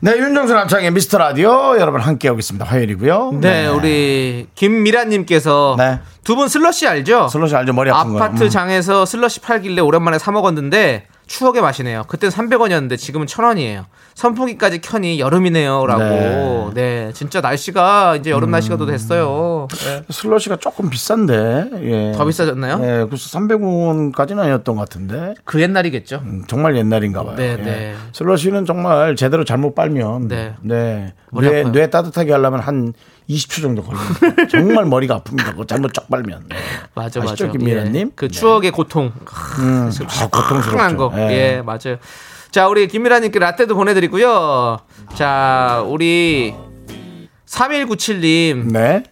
S1: 네, 윤정수 남창의 미스터 라디오 여러분 함께하고 있습니다. 화요일이고요.
S2: 네, 우리 김미라님께서
S1: 네.
S2: 두 분 슬러시 알죠?
S1: 슬롯이 알죠? 머리 네, 아픈 음. 거.
S2: 아파트 장에서 슬러시 팔길래 오랜만에 사 먹었는데 추억의 맛이네요. 그때 300원이었는데 지금은 1000원이에요. 선풍기까지 켜니 여름이네요라고. 네. 진짜 날씨가 이제 여름 날씨가 또 됐어요.
S1: 음.
S2: 네.
S1: 슬러시가 조금 비싼데. 예.
S2: 더 비싸졌나요?
S1: 예, 그래서 300원까지는 아니었던 것 같은데.
S2: 그 옛날이겠죠.
S1: 음, 정말 옛날인가 봐요.
S2: 네,
S1: 예.
S2: 네.
S1: 슬러시는 정말 제대로 잘못 빨면 네.
S2: 네. 머리
S1: 뇌,
S2: 아파요.
S1: 뇌 따뜻하게 하려면 한 20초 정도 걸립니다. 정말 머리가 아픕니다. 그거 잘못 쫙 빨면. 네.
S2: 맞아,
S1: 아시죠,
S2: 맞아.
S1: 김미라님? 네.
S2: 예. 그 추억의 고통. 음,
S1: 아, 고통스럽죠.
S2: 한 거.
S1: 예.
S2: 예, 맞아요. 자, 우리 김미라님께 라떼도 보내드리고요. 자, 우리 3197님.
S1: 네.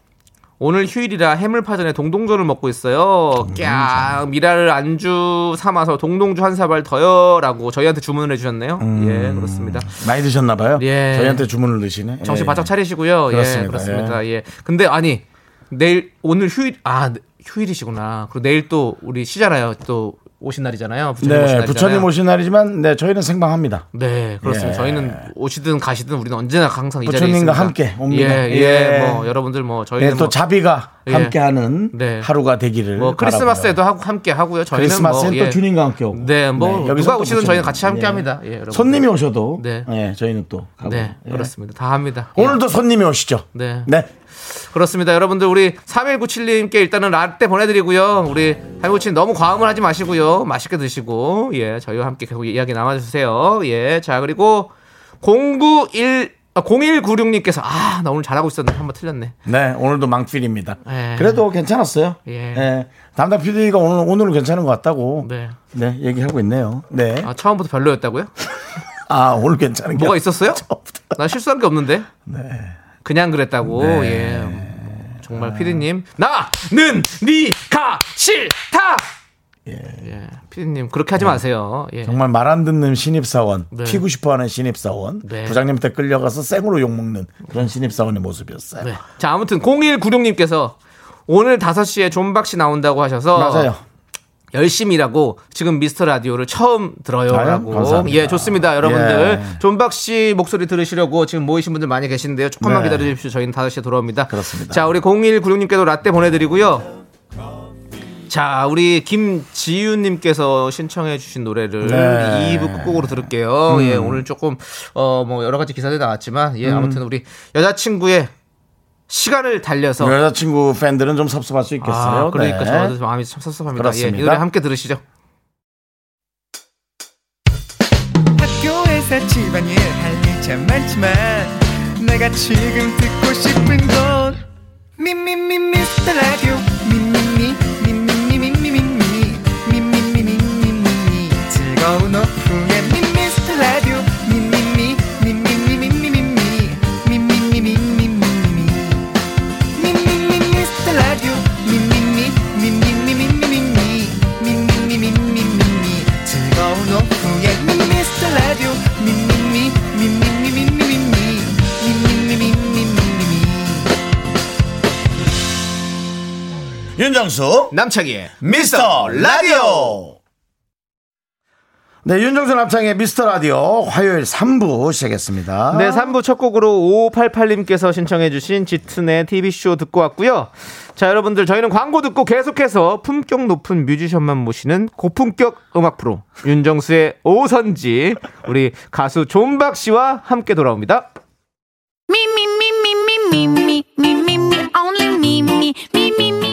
S2: 오늘 휴일이라 해물파전에 동동전을 먹고 있어요. 깍 미라를 안주 삼아서 동동주 한 사발 더요라고 저희한테 주문을 해주셨네요.
S1: 음.
S2: 예 그렇습니다.
S1: 많이 드셨나 봐요.
S2: 예.
S1: 저희한테 주문을 드시네. 예.
S2: 정신 바짝 차리시고요.
S1: 그렇습니다.
S2: 예 그렇습니다. 예. 근데 아니 내일 오늘 휴일 아 휴일이시구나. 그리고 내일 또 우리 쉬잖아요. 또 오신 날이잖아요. 부처님 오신
S1: 네,
S2: 날이잖아요.
S1: 부처님 오신 날이지만 네, 저희는 생방합니다.
S2: 네, 그렇습니다.
S1: 예.
S2: 저희는 오시든 가시든 우리는 언제나 항상 이 자리에
S1: 부처님과
S2: 있습니다.
S1: 함께 옵니다.
S2: 예, 예,
S1: 예.
S2: 뭐 여러분들 뭐
S1: 네,
S2: 저희는
S1: 또 자비가
S2: 예.
S1: 함께하는
S2: 네.
S1: 하루가 되기를
S2: 뭐
S1: 바라고요.
S2: 크리스마스에도 하고 함께 하고요. 저희는
S1: 크리스마스는
S2: 뭐,
S1: 또
S2: 예.
S1: 주님과 함께 오고.
S2: 네, 뭐
S1: 여기서
S2: 누가
S1: 또
S2: 오시든
S1: 부처님.
S2: 저희는 같이 함께
S1: 예.
S2: 합니다. 예, 여러분.
S1: 손님이 오셔도
S2: 네.
S1: 예, 저희는 또 가고.
S2: 네,
S1: 예.
S2: 그렇습니다. 다 합니다. 예.
S1: 오늘도 손님이 오시죠.
S2: 네.
S1: 네.
S2: 그렇습니다. 여러분들 우리 3197님께 일단은 라떼 보내드리고요. 우리 할구친 너무 과음을 하지 마시고요. 맛있게 드시고 예 저희와 함께 계속 이야기 나눠주세요. 예, 자 그리고 091 아, 0196님께서 아 나 오늘 잘하고 있었는데 한번 틀렸네.
S1: 네, 오늘도 망필입니다.
S2: 예.
S1: 그래도 괜찮았어요.
S2: 예.
S1: 담당 PD가 오늘, 오늘은 괜찮은 것 같다고. 네.
S2: 네.
S1: 얘기하고 있네요. 네.
S2: 아 처음부터 별로였다고요?
S1: 아, 오늘 괜찮은 게.
S2: 뭐가 있었어요? 나 실수한 게 없는데.
S1: 네.
S2: 그냥 그랬다고. 예. 정말 피디님 나는 니가 싫다. 예. 피디님 그렇게 하지 마세요. 예.
S1: 네. 정말 말 안 듣는 신입사원,
S2: 네.
S1: 튀고 싶어 하는 신입사원,
S2: 네.
S1: 부장님한테 끌려가서 생으로 욕먹는 그런 신입사원의 모습이었어요.
S2: 네. 자 아무튼 0196님께서 오늘 5시에 존박씨 나온다고 하셔서
S1: 맞아요.
S2: 열심히 일하고 지금 미스터 라디오를 처음
S1: 아유,
S2: 들어요라고.
S1: 감사합니다.
S2: 예, 좋습니다. 여러분들.
S1: 예.
S2: 존박 씨 목소리 들으시려고 지금 모이신 분들 많이 계신데요. 조금만
S1: 네.
S2: 기다려 주십시오. 저희는 5시에 돌아옵니다.
S1: 그렇습니다.
S2: 자, 우리 0196님께도 라떼 보내 드리고요. 자, 우리 김지윤 님께서 신청해 주신 노래를
S1: 네. 음.
S2: 2부 끝곡으로 들을게요. 예, 오늘 조금 어 뭐 여러 가지 기사들이 나왔지만 예, 아무튼 우리 여자친구의 시간을 달려서
S1: 여자친구 팬들은 좀 섭섭할 수 있겠어요.
S2: 아, 그러니까
S1: 네.
S2: 저도 마음이 참 섭섭합니다.
S1: 그렇습니다.
S2: 예, 이 노래 함께 들으시죠.
S6: 학교에서 집안일 할 일 참 많지만 내가 지금 듣고 싶은 건 미미미 미스터 라디오 미미미 미미미미미미 미미미미미미 즐거운 오후에 미스터 라디오 미미미 미미미미미미 미미미미미미미 미미미 미스터 라디오 미미미 미미미미미미 미미미미미미 즐거운 오후에 미스터 라디오 미미미 미미미미미미 미미미미미미미
S5: 윤정수
S2: 남창희의
S5: 미스터 라디오
S1: 네, 윤정수 남창의 미스터 라디오 화요일 3부 시작했습니다.
S2: 네, 3부 첫 곡으로 5588님께서 신청해주신 짙은의 TV쇼 듣고 왔고요. 자, 여러분들, 저희는 광고 듣고 계속해서 품격 높은 뮤지션만 모시는 고품격 음악 프로, 윤정수의 오선지, 우리 가수 존박 씨와 함께 돌아옵니다.
S4: Me, me, me, me, me, me, me, me, me, me, only me, me, me, me, me.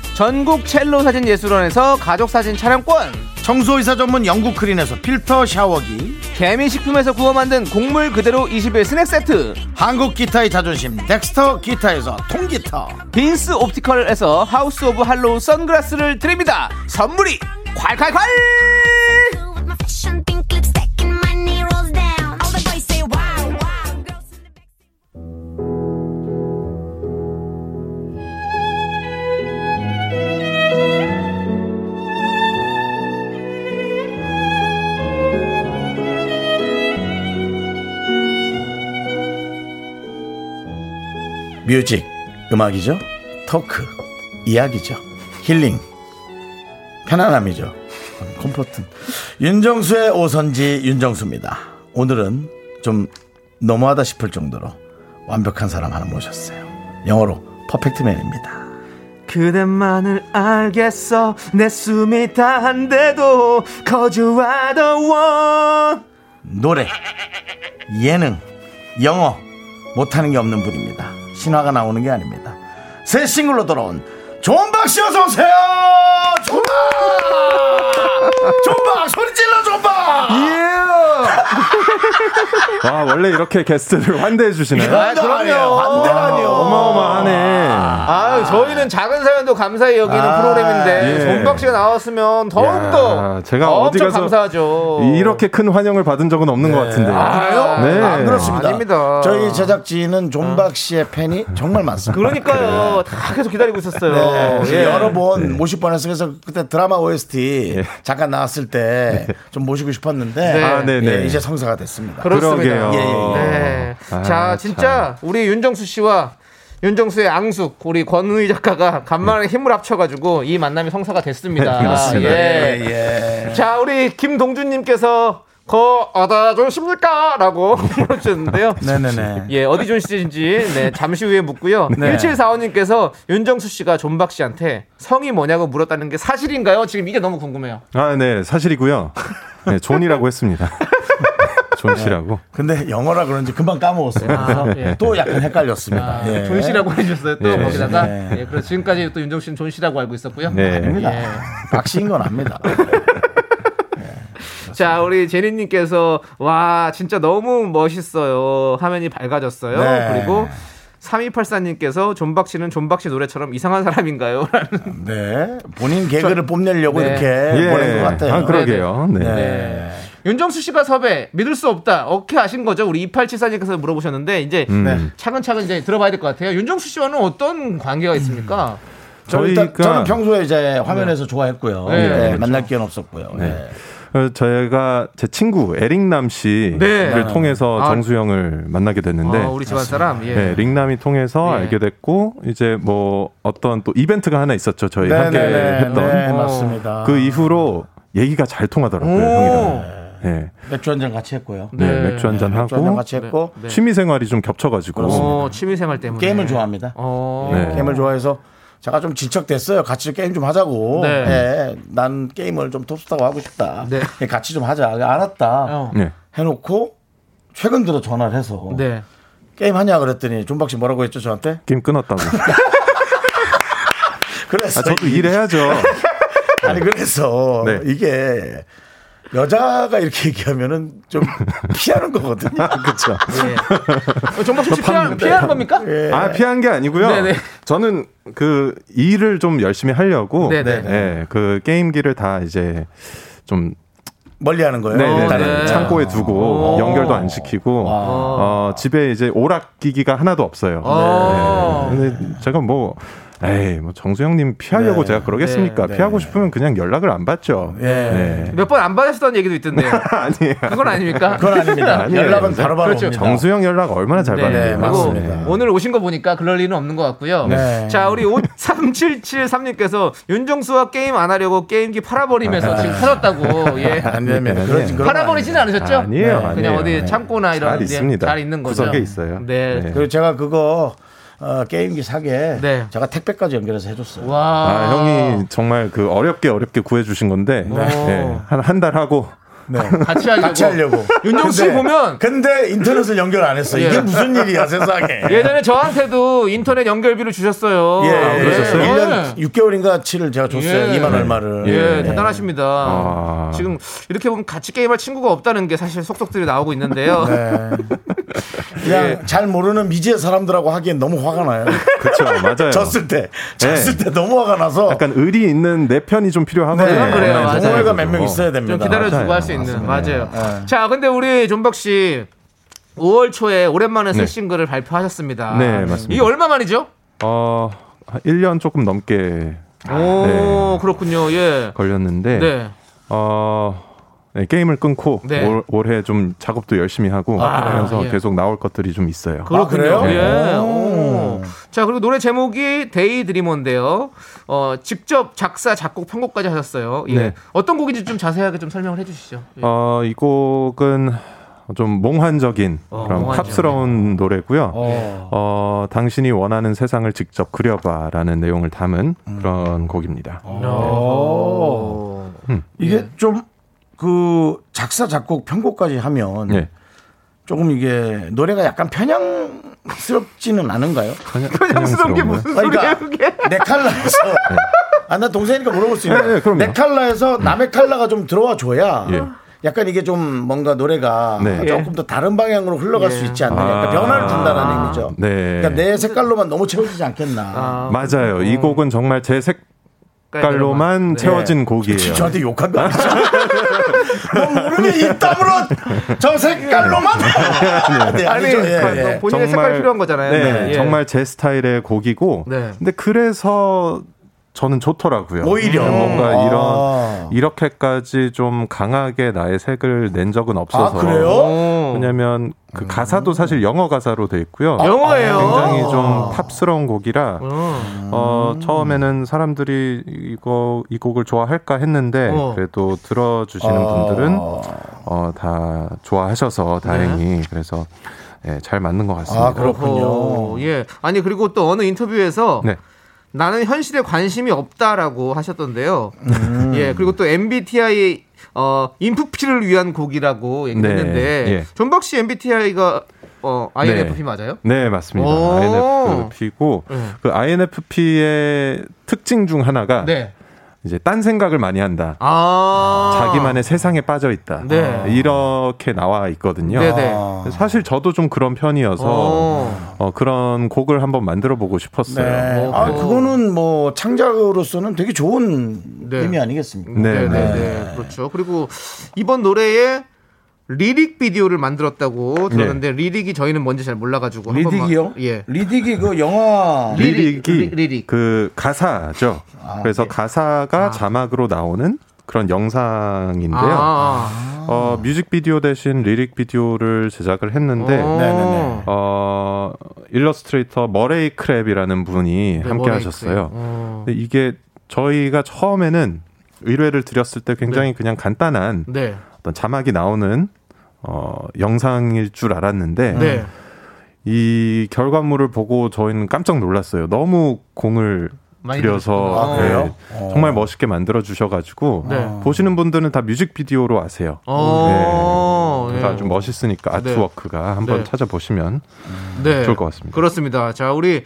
S2: 전국 첼로 사진 예술원에서 가족 사진 촬영권,
S1: 청소이사 전문 영국 크린에서 필터 샤워기.
S2: 개미식품에서 구워 만든 곡물 그대로 21 스낵 세트
S1: 한국 기타의 자존심 덱스터 기타에서 통기타.
S2: 빈스 옵티컬에서 하우스 오브 할로우 선글라스를 드립니다 선물이 콸콸콸
S4: With my fashion pink lipstick and my knee rolls down. All the boys say wow, wow. Girls in the back.
S1: 뮤직, 음악이죠? 토크, 이야기죠. 힐링. 편안함이죠. 컴포트. 윤정수의 오선지 윤정수입니다. 오늘은 좀 너무하다 싶을 정도로 완벽한 사람 하나 모셨어요. 영어로 퍼펙트맨입니다.
S2: 그대만을 알겠어 내 숨이 다한데도 거주 I don't want
S1: 노래, 예능, 영어 못하는 게 없는 분입니다. 신화가 나오는 게 아닙니다. 새 싱글로 돌아온 존박 씨 어서 오세요. 존박, 존박 소리 질러 존박.
S7: 와 아, 원래 이렇게 게스트를 환대해 주시나요? 아,
S1: 아, 그럼요. 반대라니요.
S7: 어마어마하네.
S2: 아유 저희는 작은 사연도 감사히 여기는
S1: 아,
S7: 예.
S2: 프로그램인데 존박 씨가 나왔으면 더욱더
S7: 야, 제가
S2: 엄청
S7: 어디 가서
S2: 감사하죠 아,
S7: 이렇게 큰 환영을 받은 적은 없는 것 같은데.
S1: 그래요?
S7: 네.
S1: 안 아, 그렇습니다.
S2: 아닙니다.
S1: 저희 제작진은 존박 씨의 팬이 정말 많습니다.
S2: 그러니까요 다 계속 기다리고 있었어요
S1: 네,
S2: 예.
S1: 여러 번 모실 뻔했어. 그래서 그때 드라마 OST 잠깐 나왔을 때 좀 모시고 싶었는데
S2: 네.
S7: 아, 네네.
S1: 예, 이제 성사가 됐습니다.
S2: 그렇습니다.
S7: 그러게요.
S1: 예, 예,
S2: 네.
S7: 아,
S2: 자,
S7: 참.
S2: 진짜 우리 윤정수 씨와 윤정수의 앙숙 우리 권우희 작가가
S7: 네.
S2: 간만에 힘을 합쳐가지고 이 만남이 성사가 됐습니다.
S7: 맞습니다.
S2: 예. 자, 우리 김동준님께서 거 얻어 주십니까라고 물어주셨는데요.
S1: 네네네.
S2: 예, 어디 존씨인지 네, 잠시 후에 묻고요.
S7: 네.
S2: 1745님께서 윤정수 씨가 존박 씨한테 성이 뭐냐고 물었다는 게 사실인가요? 지금 이게 너무 궁금해요.
S7: 아, 네, 사실이고요. 네, 존이라고 했습니다. 존 씨라고.
S1: 근데 영어라 그런지 금방 까먹었어요.
S2: 아, 예. 아,
S1: 또 약간 헷갈렸습니다.
S7: 네.
S1: 예.
S2: 존 씨라고 해주셨어요. 또
S7: 예.
S2: 거기다가
S1: 예.
S2: 예, 그래서 지금까지 또 윤정수 씨는 존 씨라고 알고 있었고요.
S7: 네.
S1: 아닙니다. 예. 박씨인 건 압니다.
S2: 자, 우리 제니님께서 와 진짜 너무 멋있어요. 화면이 밝아졌어요.
S1: 네.
S2: 그리고 3284님께서 존박 씨는 존박 씨 노래처럼 이상한 사람인가요? 라는
S1: 네. 본인 개그를 뽐내려고
S2: 네.
S1: 이렇게
S7: 예.
S1: 보낸 것 같아요.
S7: 아, 그러게요. 네.
S1: 네.
S2: 윤정수 씨가 섭외 믿을 수 없다. 어떻게 아신 거죠? 우리 2874님께서 물어보셨는데 이제
S7: 음.
S2: 차근차근 이제 들어봐야 될 것 같아요. 윤정수 씨와는 어떤 관계가 있습니까?
S1: 저 일단
S7: 저희가-
S1: 저는 평소에 이제 화면에서 좋아했고요.
S2: 네,
S1: 예,
S2: 그렇죠.
S1: 만날 기회는 없었고요.
S7: 네.
S1: 예.
S7: 어, 저희가 제 친구 에릭남 씨를
S2: 네.
S7: 통해서
S2: 아.
S7: 정수 형을 만나게 됐는데
S2: 아, 우리 집안 사람. 예.
S7: 음. 네, 링남이 통해서
S2: 예.
S7: 알게 됐고 이제 뭐 어떤 또 이벤트가 하나 있었죠 저희
S1: 네,
S7: 함께
S1: 네, 네,
S7: 했던
S1: 네,
S2: 어.
S1: 맞습니다.
S7: 그 이후로 얘기가 잘
S2: 오.
S7: 통하더라고요 형이랑 네,
S1: 맥주 한 잔 같이 했고요.
S7: 네, 맥주 한잔
S1: 맥주 한 잔
S7: 하고
S1: 같이 했고
S2: 네.
S7: 취미 생활이 좀 겹쳐가지고
S2: 어, 취미 생활 때문에
S1: 게임을 좋아합니다.
S2: 어.
S7: 네.
S1: 게임을 좋아해서 제가 좀 질척됐어요. 같이 게임 좀 하자고.
S2: 네.
S1: 예, 난 게임을 좀 톱스타고 하고 싶다.
S2: 네.
S1: 예, 같이 좀 하자. 알았다.
S2: 어.
S7: 네.
S1: 해놓고 최근 들어 전화를 해서
S2: 네.
S1: 게임 하냐 그랬더니 존박 씨 뭐라고 했죠 저한테?
S7: 게임 끊었다고
S1: 그래서
S7: 아, 저도 일해야죠
S1: 아니 그래서
S7: 네.
S1: 이게 여자가 이렇게 얘기하면은 좀 피하는 거거든요. 네.
S7: 그렇죠
S2: 어, 정박 씨 피하는 피하는 겁니까?
S1: 예,
S7: 아 피한 게 아니고요.
S2: 네네.
S7: 저는 그 일을 좀 열심히 하려고
S2: 네네.
S7: 예, 그 게임기를 다 이제 좀
S1: 멀리하는 거예요.
S7: 네네.
S1: 일단은.
S2: 네.
S7: 창고에 두고
S2: 오.
S7: 연결도 안 시키고 어, 집에 이제 오락 기기가 하나도 없어요.
S1: 아.
S7: 네.
S2: 어.
S7: 근데 제가 뭐 에이 뭐 정수영님 피하려고
S1: 네.
S7: 제가 그러겠습니까?
S1: 네.
S7: 피하고 싶으면 그냥 연락을 안 받죠. 네.
S1: 예.
S2: 몇 번 안 받으셨다는 얘기도 있던데요.
S7: 아니에요.
S2: 그건 아닙니까?
S1: 그건 아닙니다.
S7: 아니에요.
S1: 연락은 바로바로
S2: 그렇죠.
S1: 옵니다.
S7: 정수영 연락 얼마나 잘 받는데
S1: 네,
S2: 그리고
S1: 맞습니다.
S2: 오늘 오신 거 보니까 그럴 일은 없는 것 같고요.
S1: 네.
S2: 자, 우리 53773님께서 윤정수와 게임 안 하려고 게임기 팔아버리면서 지금 터졌다고. 예.
S1: 안 되면
S7: 네.
S1: 그런 그런 거 아니에요.
S2: 팔아버리지는 않으셨죠?
S7: 아니에요, 아니에요.
S2: 그냥 어디
S7: 네.
S2: 창고나 이런
S7: 잘
S2: 이제
S7: 있습니다.
S2: 잘 있는 거죠.
S7: 구석에 있어요.
S2: 네.
S7: 네.
S1: 그리고 제가 그거 어, 게임기 사게
S2: 네.
S1: 제가 택배까지 연결해서 해줬어요.
S2: 와.
S7: 아, 형이 정말 그 어렵게 어렵게 구해주신 건데 예, 한한 달 하고
S1: 네.
S2: 같이 하려고.
S1: 같이 하려고.
S2: 윤정수
S1: 근데-
S2: 보면
S1: 근데 인터넷을 연결 안 했어. 이게
S2: 예.
S1: 무슨 일이야 세상에.
S2: 예전에 저한테도 인터넷 연결비를 주셨어요.
S1: 예,
S2: 아,
S7: 그러셨어요?
S2: 네.
S1: 1년 6개월인가 치를 제가 줬어요.
S2: 예.
S1: 이 2만 얼마를.
S2: 예,
S1: 예.
S2: 대단하십니다.
S7: 아.
S2: 지금 이렇게 보면 같이 게임할 친구가 없다는 게 사실 속속들이 나오고 있는데요.
S7: 네,
S1: 그냥
S2: 예.
S1: 잘 모르는 미지의 사람들하고 하기엔 너무 화가 나요.
S7: 그렇죠 맞아요.
S1: 졌을 때, 졌을 때 너무 화가 나서.
S7: 약간 의리 있는 내 편이 좀 필요하거든요.
S1: 네,
S2: 그래요,
S1: 네,
S2: 맞아요.
S1: 동호회가 몇
S7: 그렇죠.
S1: 명 있어야
S2: 좀
S1: 됩니다.
S2: 기다려주고
S7: 맞아요. 네.
S2: 할 수 있는 맞아요. 자, 근데 우리 존박 씨 5월 초에 오랜만에 새
S7: 네.
S2: 싱글을 발표하셨습니다.
S7: 네, 맞습니다.
S2: 이게 얼마 만이죠?
S7: 어, 한 1년 조금 넘게 네.
S2: 오, 그렇군요. 예.
S7: 걸렸는데
S2: 네.
S7: 어 네, 게임을 끊고
S2: 네.
S7: 올, 올해 좀 작업도 열심히 하고 그러면서
S2: 예.
S7: 계속 나올 것들이 좀 있어요.
S1: 아, 그래요?
S2: 예.
S1: 오.
S2: 오. 자 그리고 노래 제목이 데이 드리머인데요. 어 직접 작사 작곡 편곡까지 하셨어요. 예.
S7: 네.
S2: 어떤 곡인지 좀 자세하게 좀 설명을 해주시죠. 예.
S7: 어, 이 곡은 좀 몽환적인
S2: 어,
S7: 그런
S2: 몽환적인.
S7: 팝스러운 노래고요.
S1: 어.
S7: 어, 당신이 원하는 세상을 직접 그려봐라는 내용을 담은
S2: 음.
S7: 그런 곡입니다.
S1: 오.
S2: 어.
S1: 이게 좀 그 작사 작곡 편곡까지 하면
S7: 예.
S1: 조금 이게 노래가 약간 편향스럽지는 않은가요?
S2: 편향스러운 게
S7: 편향스러운가요?
S2: 무슨
S1: 아니,
S2: 소리예요?
S1: 그러니까
S2: 그게?
S1: 내 칼라에서 아 나 동생이니까 물어볼 수 있는
S7: 예, 예, 그럼요.
S1: 내 칼라에서 남의 칼라가 좀 들어와 줘야
S7: 예.
S1: 약간 이게 좀 뭔가 노래가 아,
S7: 네.
S1: 조금 더 다른 방향으로 흘러갈
S2: 예.
S1: 수 있지 않나
S7: 아.
S1: 약간 변화를 준다는 라 의미죠.
S7: 네.
S1: 그러니까 내 색깔로만 너무 채워지지 않겠나.
S2: 아,
S7: 맞아요. 이 곡은 정말 제 색깔로만 채워진
S2: 네.
S7: 곡이에요.
S1: 저한테 욕한 거 아니죠? 뭐 모르는 이 땀으로 저 색깔로만 네, 아니죠.
S2: 아니,
S1: 예,
S2: 그
S1: 예.
S2: 본인의 색깔 필요한 거잖아요.
S7: 네,
S2: 예.
S7: 정말 제 스타일의 곡이고.
S2: 네.
S7: 근데 그래서 저는 좋더라고요.
S1: 오히려.
S7: 뭔가
S1: 음. 아.
S7: 이런 이렇게까지 좀 강하게 나의 색을 낸 적은
S1: 아
S7: 없어서.
S1: 그래요? 음.
S2: 오.
S7: 왜냐면 그 가사도 사실 영어 가사로 돼 있고요.
S1: 아,
S2: 영어예요.
S7: 굉장히 좀 탑스러운 곡이라
S1: 음.
S2: 어.
S7: 어, 처음에는 사람들이 이거 이 곡을 좋아할까 했는데
S2: 어.
S7: 그래도 들어주시는
S1: 아.
S7: 분들은 어, 다 좋아하셔서 다행히 그래서 예, 잘 맞는 것 같습니다.
S1: 네. 아 그렇군요.
S2: 어, 예. 아니 그리고 또 어느 인터뷰에서
S7: 네.
S2: 나는 현실에 관심이 없다라고 하셨던데요.
S7: 음.
S2: 예. 그리고 또 MBTI 어 인프피를 위한 곡이라고 얘기했는데
S7: 네, 예.
S2: 존박 씨 MBTI가 어 INFP 맞아요?
S7: 네 맞습니다.
S2: 오.
S7: INFP고
S2: 네.
S7: 그 INFP의 특징 중 하나가
S2: 네.
S7: 이제 딴 생각을 많이 한다.
S2: 아.
S7: 자기만의 세상에 빠져 있다. 아,
S2: 네.
S7: 이렇게 나와 있거든요.
S2: 네네.
S7: 사실 저도 좀 그런 편이어서
S2: 어.
S7: 어, 그런 곡을 한번 만들어 보고 싶었어요.
S1: 네.
S2: 어.
S1: 아 그거는 뭐 창작으로서는 되게 좋은
S2: 네.
S1: 의미 아니겠습니까?
S7: 네,
S2: 네네네. 그렇죠. 그리고 이번 노래에 리릭 비디오를 만들었다고
S7: 네.
S2: 들었는데 리릭이 저희는 뭔지 잘 몰라가지고 한 번만-
S1: 리딕이요?
S2: 예.
S1: 리딕이 그 영화
S2: 리-
S7: 리릭이
S2: 리릭, 리릭. 아, 네.
S7: 그 가사죠. 그래서 가사가 자막으로 나오는 그런 영상인데요.
S2: 아,
S7: 어, 뮤직비디오 대신 리릭 비디오를 제작을 했는데
S2: 어.
S1: 네네네.
S7: 어, 일러스트레이터 머레이 크랩이라는 분이
S2: 네,
S7: 함께
S2: 머레이
S7: 하셨어요.
S2: 크랩. 어.
S7: 근데 이게 저희가 처음에는 의뢰를 드렸을 때 굉장히 그냥 간단한
S2: 네.
S7: 어떤 자막이 나오는 어, 영상일 줄 알았는데
S2: 네.
S7: 이 결과물을 보고 저희는 깜짝 놀랐어요. 너무 공을
S2: 많이
S7: 들여서
S2: 들였구나.
S7: 네,
S1: 그래요?
S7: 정말 멋있게 만들어 주셔가지고
S2: 네.
S7: 보시는 분들은 다 뮤직비디오로 아세요.
S2: 어.
S7: 네. 아주 멋있으니까 아트워크가 한번
S2: 네.
S7: 찾아보시면
S2: 네.
S7: 좋을 것 같습니다.
S2: 그렇습니다. 자, 우리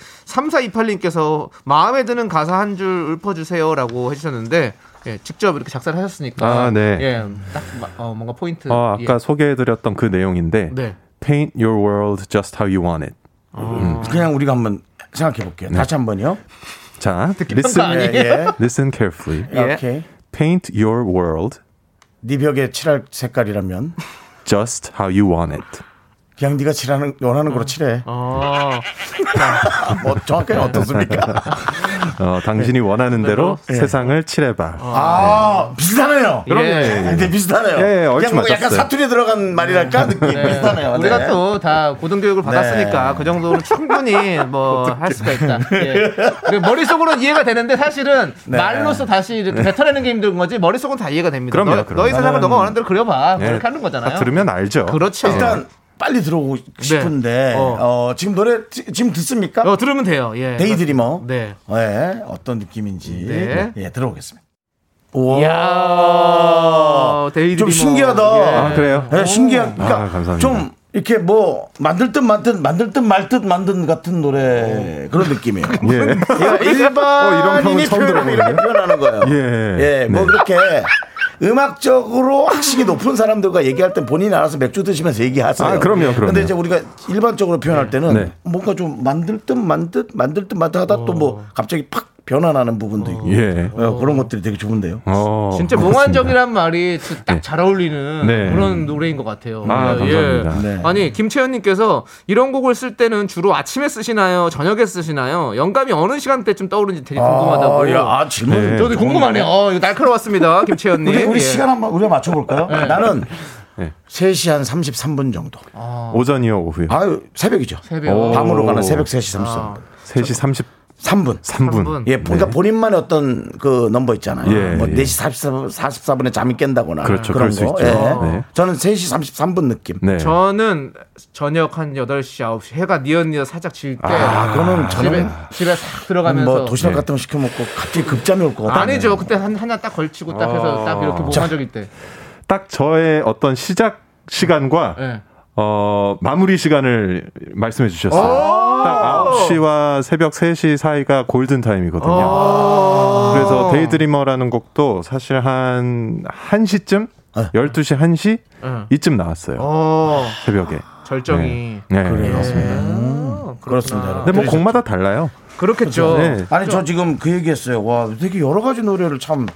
S2: 3428님께서 마음에 드는 가사 한 줄 읊어주세요라고 해주셨는데, 예, 직접 이렇게 작사를 하셨으니까.
S7: 아, 네.
S2: 예, 딱, 마- 어, 뭔가 포인트.
S7: 어, 아까
S2: 예.
S7: 소개해드렸던 그 내용인데
S2: 네.
S7: Paint your world just how you want it.
S1: 그냥 우리가 한번 생각해 볼게요. 다시 한번요.
S7: 자,
S1: 예,
S7: listen,
S1: 예.
S7: listen carefully.
S2: 예.
S1: 오케이.
S7: Paint your world
S1: 네 벽에 칠할 색깔이라면
S7: just how you want it.
S1: 그냥 네가 칠하는 원하는 거로 칠해.
S2: 어,
S7: 예.
S1: 어, 정확하게 어떻습니까?
S7: 어, 당신이 원하는 대로
S1: 네.
S7: 세상을 칠해봐.
S1: 아 비슷하네요.
S2: 어,
S1: 아,
S2: 예.
S1: 근데 비슷하네요.
S7: 예, 예, 얼추
S1: 그냥 뭐 약간
S7: 맞았어요.
S1: 사투리 들어간 말이랄까 느낌 비슷하네요.
S7: 아,
S1: 네.
S2: 우리가 또 다 고등교육을
S7: 네.
S2: 받았으니까 그 정도는 충분히 뭐 할 수가 있다. 예. 그리고 머릿속으로는 이해가 되는데 사실은 말로서 다시 이렇게 뱉어내는 게 힘든 거지 머릿속은 다 이해가 됩니다.
S7: 네. 그럼요,
S2: 너,
S7: 그럼요.
S2: 너희 세상을 너가 원하는 대로 그려봐.
S7: 예.
S2: 그렇게 하는 거잖아요.
S7: 다 들으면 알죠.
S2: 그렇죠.
S1: 일단 빨리 들어오고 싶은데
S2: 네. 어.
S1: 어, 지금 노래 지- 지금 듣습니까?
S2: 어, 들으면 돼요. 예.
S1: 데이드리머.
S2: 네.
S1: 예, 어떤 느낌인지
S2: 네.
S1: 예 들어보겠습니다. 와.
S2: 이야, 데이드리머.
S1: 좀 신기하다.
S2: 예.
S7: 아, 그래요?
S1: 예, 신기한. 그러니까
S7: 아, 감사합니다.
S1: 좀 이렇게 뭐 만들 듯 만든 만들 듯 말 듯 만든 같은
S2: 어.
S1: 노래 그런 느낌이에요.
S7: 예.
S1: 예,
S7: 이런
S1: 일반인이
S7: 평은
S1: 표현하는
S7: 처음 들어보네요.
S1: 이렇게 표현하는 거예요.
S7: 예.
S1: 뭐
S7: 네.
S1: 그렇게 음악적으로 학식이 높은 사람들과 얘기할 땐 본인이 알아서 맥주 드시면서 얘기하세요.
S7: 아, 그럼요, 그럼요.
S1: 근데 이제 우리가 일반적으로 표현할 때는
S7: 네.
S1: 뭔가 좀 만들 듯 만듯 만들 듯 만듯 하다 또 뭐 갑자기 팍 변환하는 부분도 있고
S7: 어. 예.
S1: 어, 그런 것들이 되게 좋은데요.
S7: 어,
S2: 진짜
S7: 그렇습니다.
S2: 몽환적이란 말이 딱 잘 어울리는
S7: 네.
S2: 그런 노래인 것 같아요. 예,
S7: 아, 감사합니다.
S1: 네.
S2: 아니 김채연님께서 이런 곡을 쓸 때는 주로 아침에 쓰시나요? 저녁에 쓰시나요? 영감이 어느 시간대쯤 떠오르는지 되게 궁금하다고.
S1: 아, 야, 아, 질문.
S7: 네.
S2: 저도 궁금하네요. 어, 이거 날카로웠습니다, 김채연님.
S1: 우리, 우리
S2: 예.
S1: 시간 한번 우리가 맞춰볼까요? 나는
S7: 네.
S1: 3시 한 33분 정도.
S7: 오전이요, 오후요.
S1: 아유, 새벽이죠.
S2: 새벽.
S7: 오.
S1: 밤으로 가는 새벽 3시
S2: 아.
S1: 33분.
S7: 3시
S1: 3분.
S7: 33분. 네.
S1: 예, 그러니까 본인만의 어떤 그 넘버 있잖아요.
S7: 예,
S1: 뭐
S7: 예.
S1: 4시 44분, 44분에 잠이 깬다거나
S7: 그렇죠,
S1: 런
S7: 그럴 수
S1: 거.
S7: 있죠.
S1: 예.
S7: 네.
S1: 저는 3시 33분 느낌.
S7: 네.
S2: 저는 저녁 한 8시, 9시 해가 니어니어 살짝 질 때
S1: 아, 그거는 저는
S2: 집에 집에 싹 들어가면서
S1: 뭐 도시락 네.
S7: 네.
S1: 같은 거 시켜 먹고 갑자기 급잠이 올 것 같아요.
S2: 아니죠. 그때 한 하나 딱 걸치고 딱 해서
S1: 아.
S2: 딱 이렇게 몽환적일 때.
S7: 딱 저의 어떤 시작 시간과
S2: 예.
S7: 어, 마무리 시간을 말씀해
S2: 아.
S7: 주셨어요. 딱 9시와 새벽 3시 사이가 골든 타임이거든요.
S2: 아.
S7: 그래서 데이드리머라는 곡도 사실 한 1시쯤?
S2: 네.
S7: 12시, 1시?
S2: 예.
S7: 이쯤 나왔어요.
S2: 어,
S7: 새벽에.
S2: 절정이.
S7: 네,
S1: 그래요.
S7: 그렇습니다.
S2: 아,
S1: 그렇습니다.
S2: 그렇구나.
S7: 근데 뭐 곡마다 달라요.
S2: 그렇겠죠.
S7: 네.
S1: 아니 저 지금 그 얘기했어요. 와 되게 여러 가지 노래를 참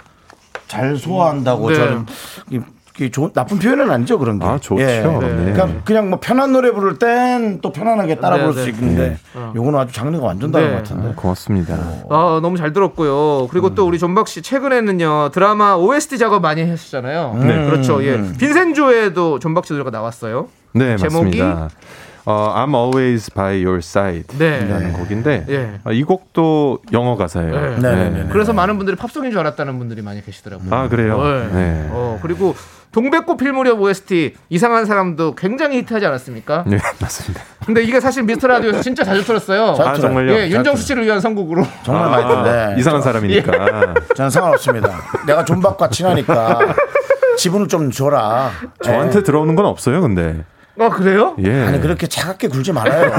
S1: 잘 소화한다고
S2: 네.
S1: 저는 이- 이게 좋은 나쁜 표현은 아니죠 그런 게.
S7: 아, 좋죠. 네.
S1: 그러니까 그냥 뭐 편한 노래 부를 땐 또 편안하게 따라
S2: 네,
S1: 부를
S2: 네.
S1: 수 있는데 요거는 아주 장르가 완전 다른
S2: 네.
S1: 것 같은데.
S7: 고맙습니다.
S2: 아, 너무 잘 들었고요. 그리고 또 우리 존박 씨 최근에는요 드라마 OST 작업 많이 했었잖아요.
S7: 네.
S2: 그렇죠. 예, 빈센조에도 존박 씨 노래가 나왔어요.
S7: 네,
S2: 제목이?
S7: 맞습니다. 어, I'm always by your side.
S2: 네.
S7: 라는 곡인데
S2: 예.
S7: 어, 이 곡도 영어
S2: 네.
S7: 가사예요.
S1: 네, 네,
S2: 그래서 많은 분들이 팝송인 줄 알았다는 분들이 많이 계시더라고요.
S7: 아, 그래요?
S2: 네.
S7: 네.
S2: 어, 그리고 동백꽃 필 무렵 OST 이상한 사람도 굉장히 히트하지 않았습니까?
S7: 네, 맞습니다.
S2: 근데 이게 사실 미스터 라디오에서 진짜 자주 틀었어요.
S7: 아, 정말요? 아,
S2: 예, 윤정수 씨를 위한 선곡으로.
S1: 정말 많은데 예.
S7: 이상한 사람이니까.
S1: 저는 상관없습니다. 내가 존박과 친하니까 지분을 좀 줘라.
S7: 저한테 들어오는 건 없어요, 근데.
S2: 아 그래요?
S7: 예.
S1: 아니 그렇게 차갑게 굴지 말아요.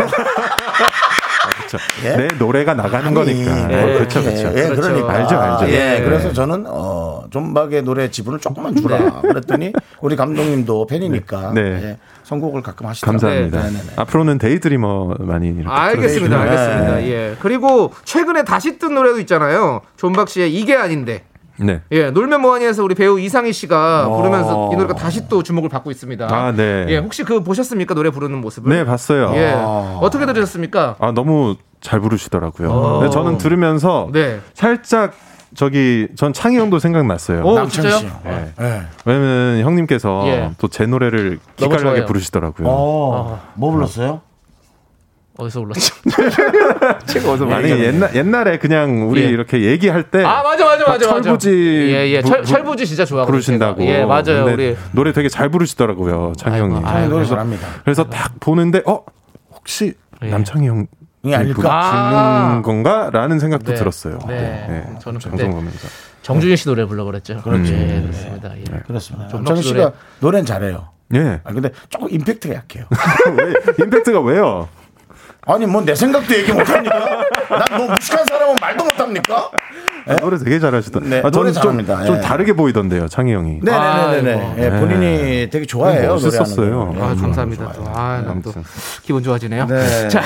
S7: 그렇죠.
S1: 예?
S7: 내 노래가 나가는 거니까.
S1: 예,
S7: 어, 그렇죠, 그렇죠.
S1: 예, 그러니까.
S7: 알죠, 알죠.
S1: 예,
S7: 예.
S1: 그래서 저는 어, 존박의 노래 지분을 조금만 주라. 그랬더니 우리 감독님도 팬이니까
S7: 네.
S1: 예, 선곡을 가끔 하시더라고요.
S7: 감사합니다.
S1: 네, 네, 네.
S7: 앞으로는 데이드리머 많이 이렇게.
S2: 아, 알겠습니다,
S1: 네.
S2: 알겠습니다. 예. 그리고 최근에 다시 뜬 노래도 있잖아요. 존박 씨의 이게 아닌데.
S7: 들어주세요. 네.
S2: 예, 놀면 뭐하니에서 우리 배우 이상희 씨가 부르면서 이 노래가 다시 또 주목을 받고 있습니다.
S7: 어. 아, 네.
S2: 예, 혹시 그 보셨습니까? 노래 부르는 모습을?
S7: 네, 봤어요.
S2: 예. 어떻게 들으셨습니까?
S7: 아, 너무 잘 부르시더라고요. 근데 저는 들으면서
S2: 어. 네.
S7: 살짝 저기 전 창희 형도 생각났어요.
S2: 오,
S1: 남창
S2: 진짜요?
S1: 씨.
S7: 예.
S1: 예.
S7: 왜냐면 형님께서
S2: 예.
S7: 또 제 노래를
S2: 너무
S7: 기깔나게
S2: 좋아해요.
S7: 부르시더라고요.
S1: 어, 뭐 불렀어요?
S2: 어디서 올랐죠?
S1: 예,
S7: 아니 옛날 옛날에 그냥 우리
S2: 예.
S7: 이렇게 얘기할 때
S2: 아, 맞아, 맞아,
S7: 막
S2: 맞아. 맞아.
S7: 네. 철부지
S2: 예, 예.
S7: 부-
S2: 철,
S7: 부-
S2: 철부지 진짜 좋아하고.
S7: 부르신다고. 네.
S2: 예, 맞아요.
S7: 근데
S2: 우리.
S7: 노래 되게 잘 부르시더라고요, 창희 형님.
S1: 아니, 노래 잘합니다.
S7: 네, 그래서 딱 보는데 어 혹시 남창희 형
S1: 이게 아닐까?
S2: 예. 아.
S7: 부르는 건가라는 생각도
S2: 네.
S7: 들었어요.
S2: 네. 저는
S7: 방송
S2: 그때-
S7: 보면서
S2: 정준일 씨 노래 불러 그랬죠. 그렇죠.
S7: 네.
S2: 예, 그렇습니다. 예.
S1: 그렇습니다.
S2: 박수
S1: 남창희 씨가 아, 노래는 잘해요.
S7: 예.
S1: 아, 근데 조금 임팩트가 약해요.
S7: 왜 임팩트가 왜요?
S1: 아니, 뭐 내 생각도 얘기 못합니까? 난 뭐 무식한 사람은 말도 못합니까?
S7: 아, 노래 되게 잘하시던.
S1: 네,
S7: 아, 저는
S1: 노래
S7: 좀,
S1: 잘합니다.
S7: 좀
S1: 예.
S7: 다르게 보이던데요, 창희 형이.
S1: 네네네네. 예, 본인이 되게 좋아해요. 노래하는
S7: 멋있었어요.
S1: 거.
S2: 아,
S7: 음,
S2: 감사합니다. 또. 아, 난또
S7: 아무튼.
S2: 기분 좋아지네요.
S1: 네.
S2: 자.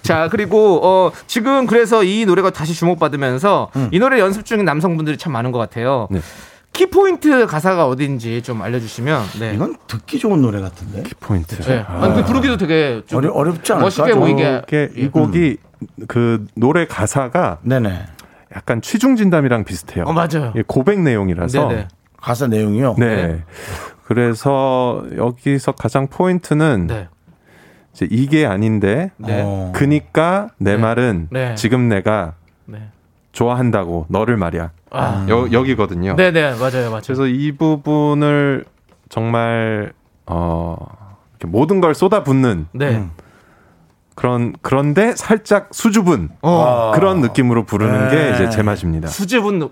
S2: 자, 그리고 어 지금 그래서 이 노래가 다시 주목받으면서 이 노래 연습 중인 남성분들이 참 많은 것 같아요.
S7: 음. 네.
S2: 키포인트 가사가 어딘지 좀 알려주시면. 네.
S1: 이건 듣기 좋은 노래 같은데.
S7: 포인트.
S2: 네.
S7: 아.
S2: 아니, 그 부르기도 되게 좀
S1: 어려, 어렵지 않을까?
S2: 멋있게 뭐
S1: 좀.
S2: 보이게.
S7: 이게 이
S2: 음.
S7: 곡이 그 노래 가사가
S1: 네네.
S7: 약간 취중진담이랑 비슷해요.
S2: 어, 맞아요.
S7: 이게 고백 내용이라서.
S2: 네네.
S1: 가사 내용이요.
S7: 네. 그래서 여기서 가장 포인트는
S2: 네.
S7: 이제 이게 아닌데
S2: 네.
S1: 어.
S7: 그니까 내 말은
S2: 네.
S7: 지금 내가
S2: 네.
S7: 좋아한다고 너를 말이야.
S2: 아.
S7: 여, 여기거든요.
S2: 네, 네, 맞아요, 맞아요.
S7: 음. 그래서 이 부분을 정말 어 이렇게 모든 걸 쏟아붓는
S2: 네.
S7: 그런 그런데 살짝 수줍은
S1: 어.
S7: 그런 느낌으로 부르는
S1: 네.
S7: 게 이제 제 맛입니다.
S2: 수줍은 와,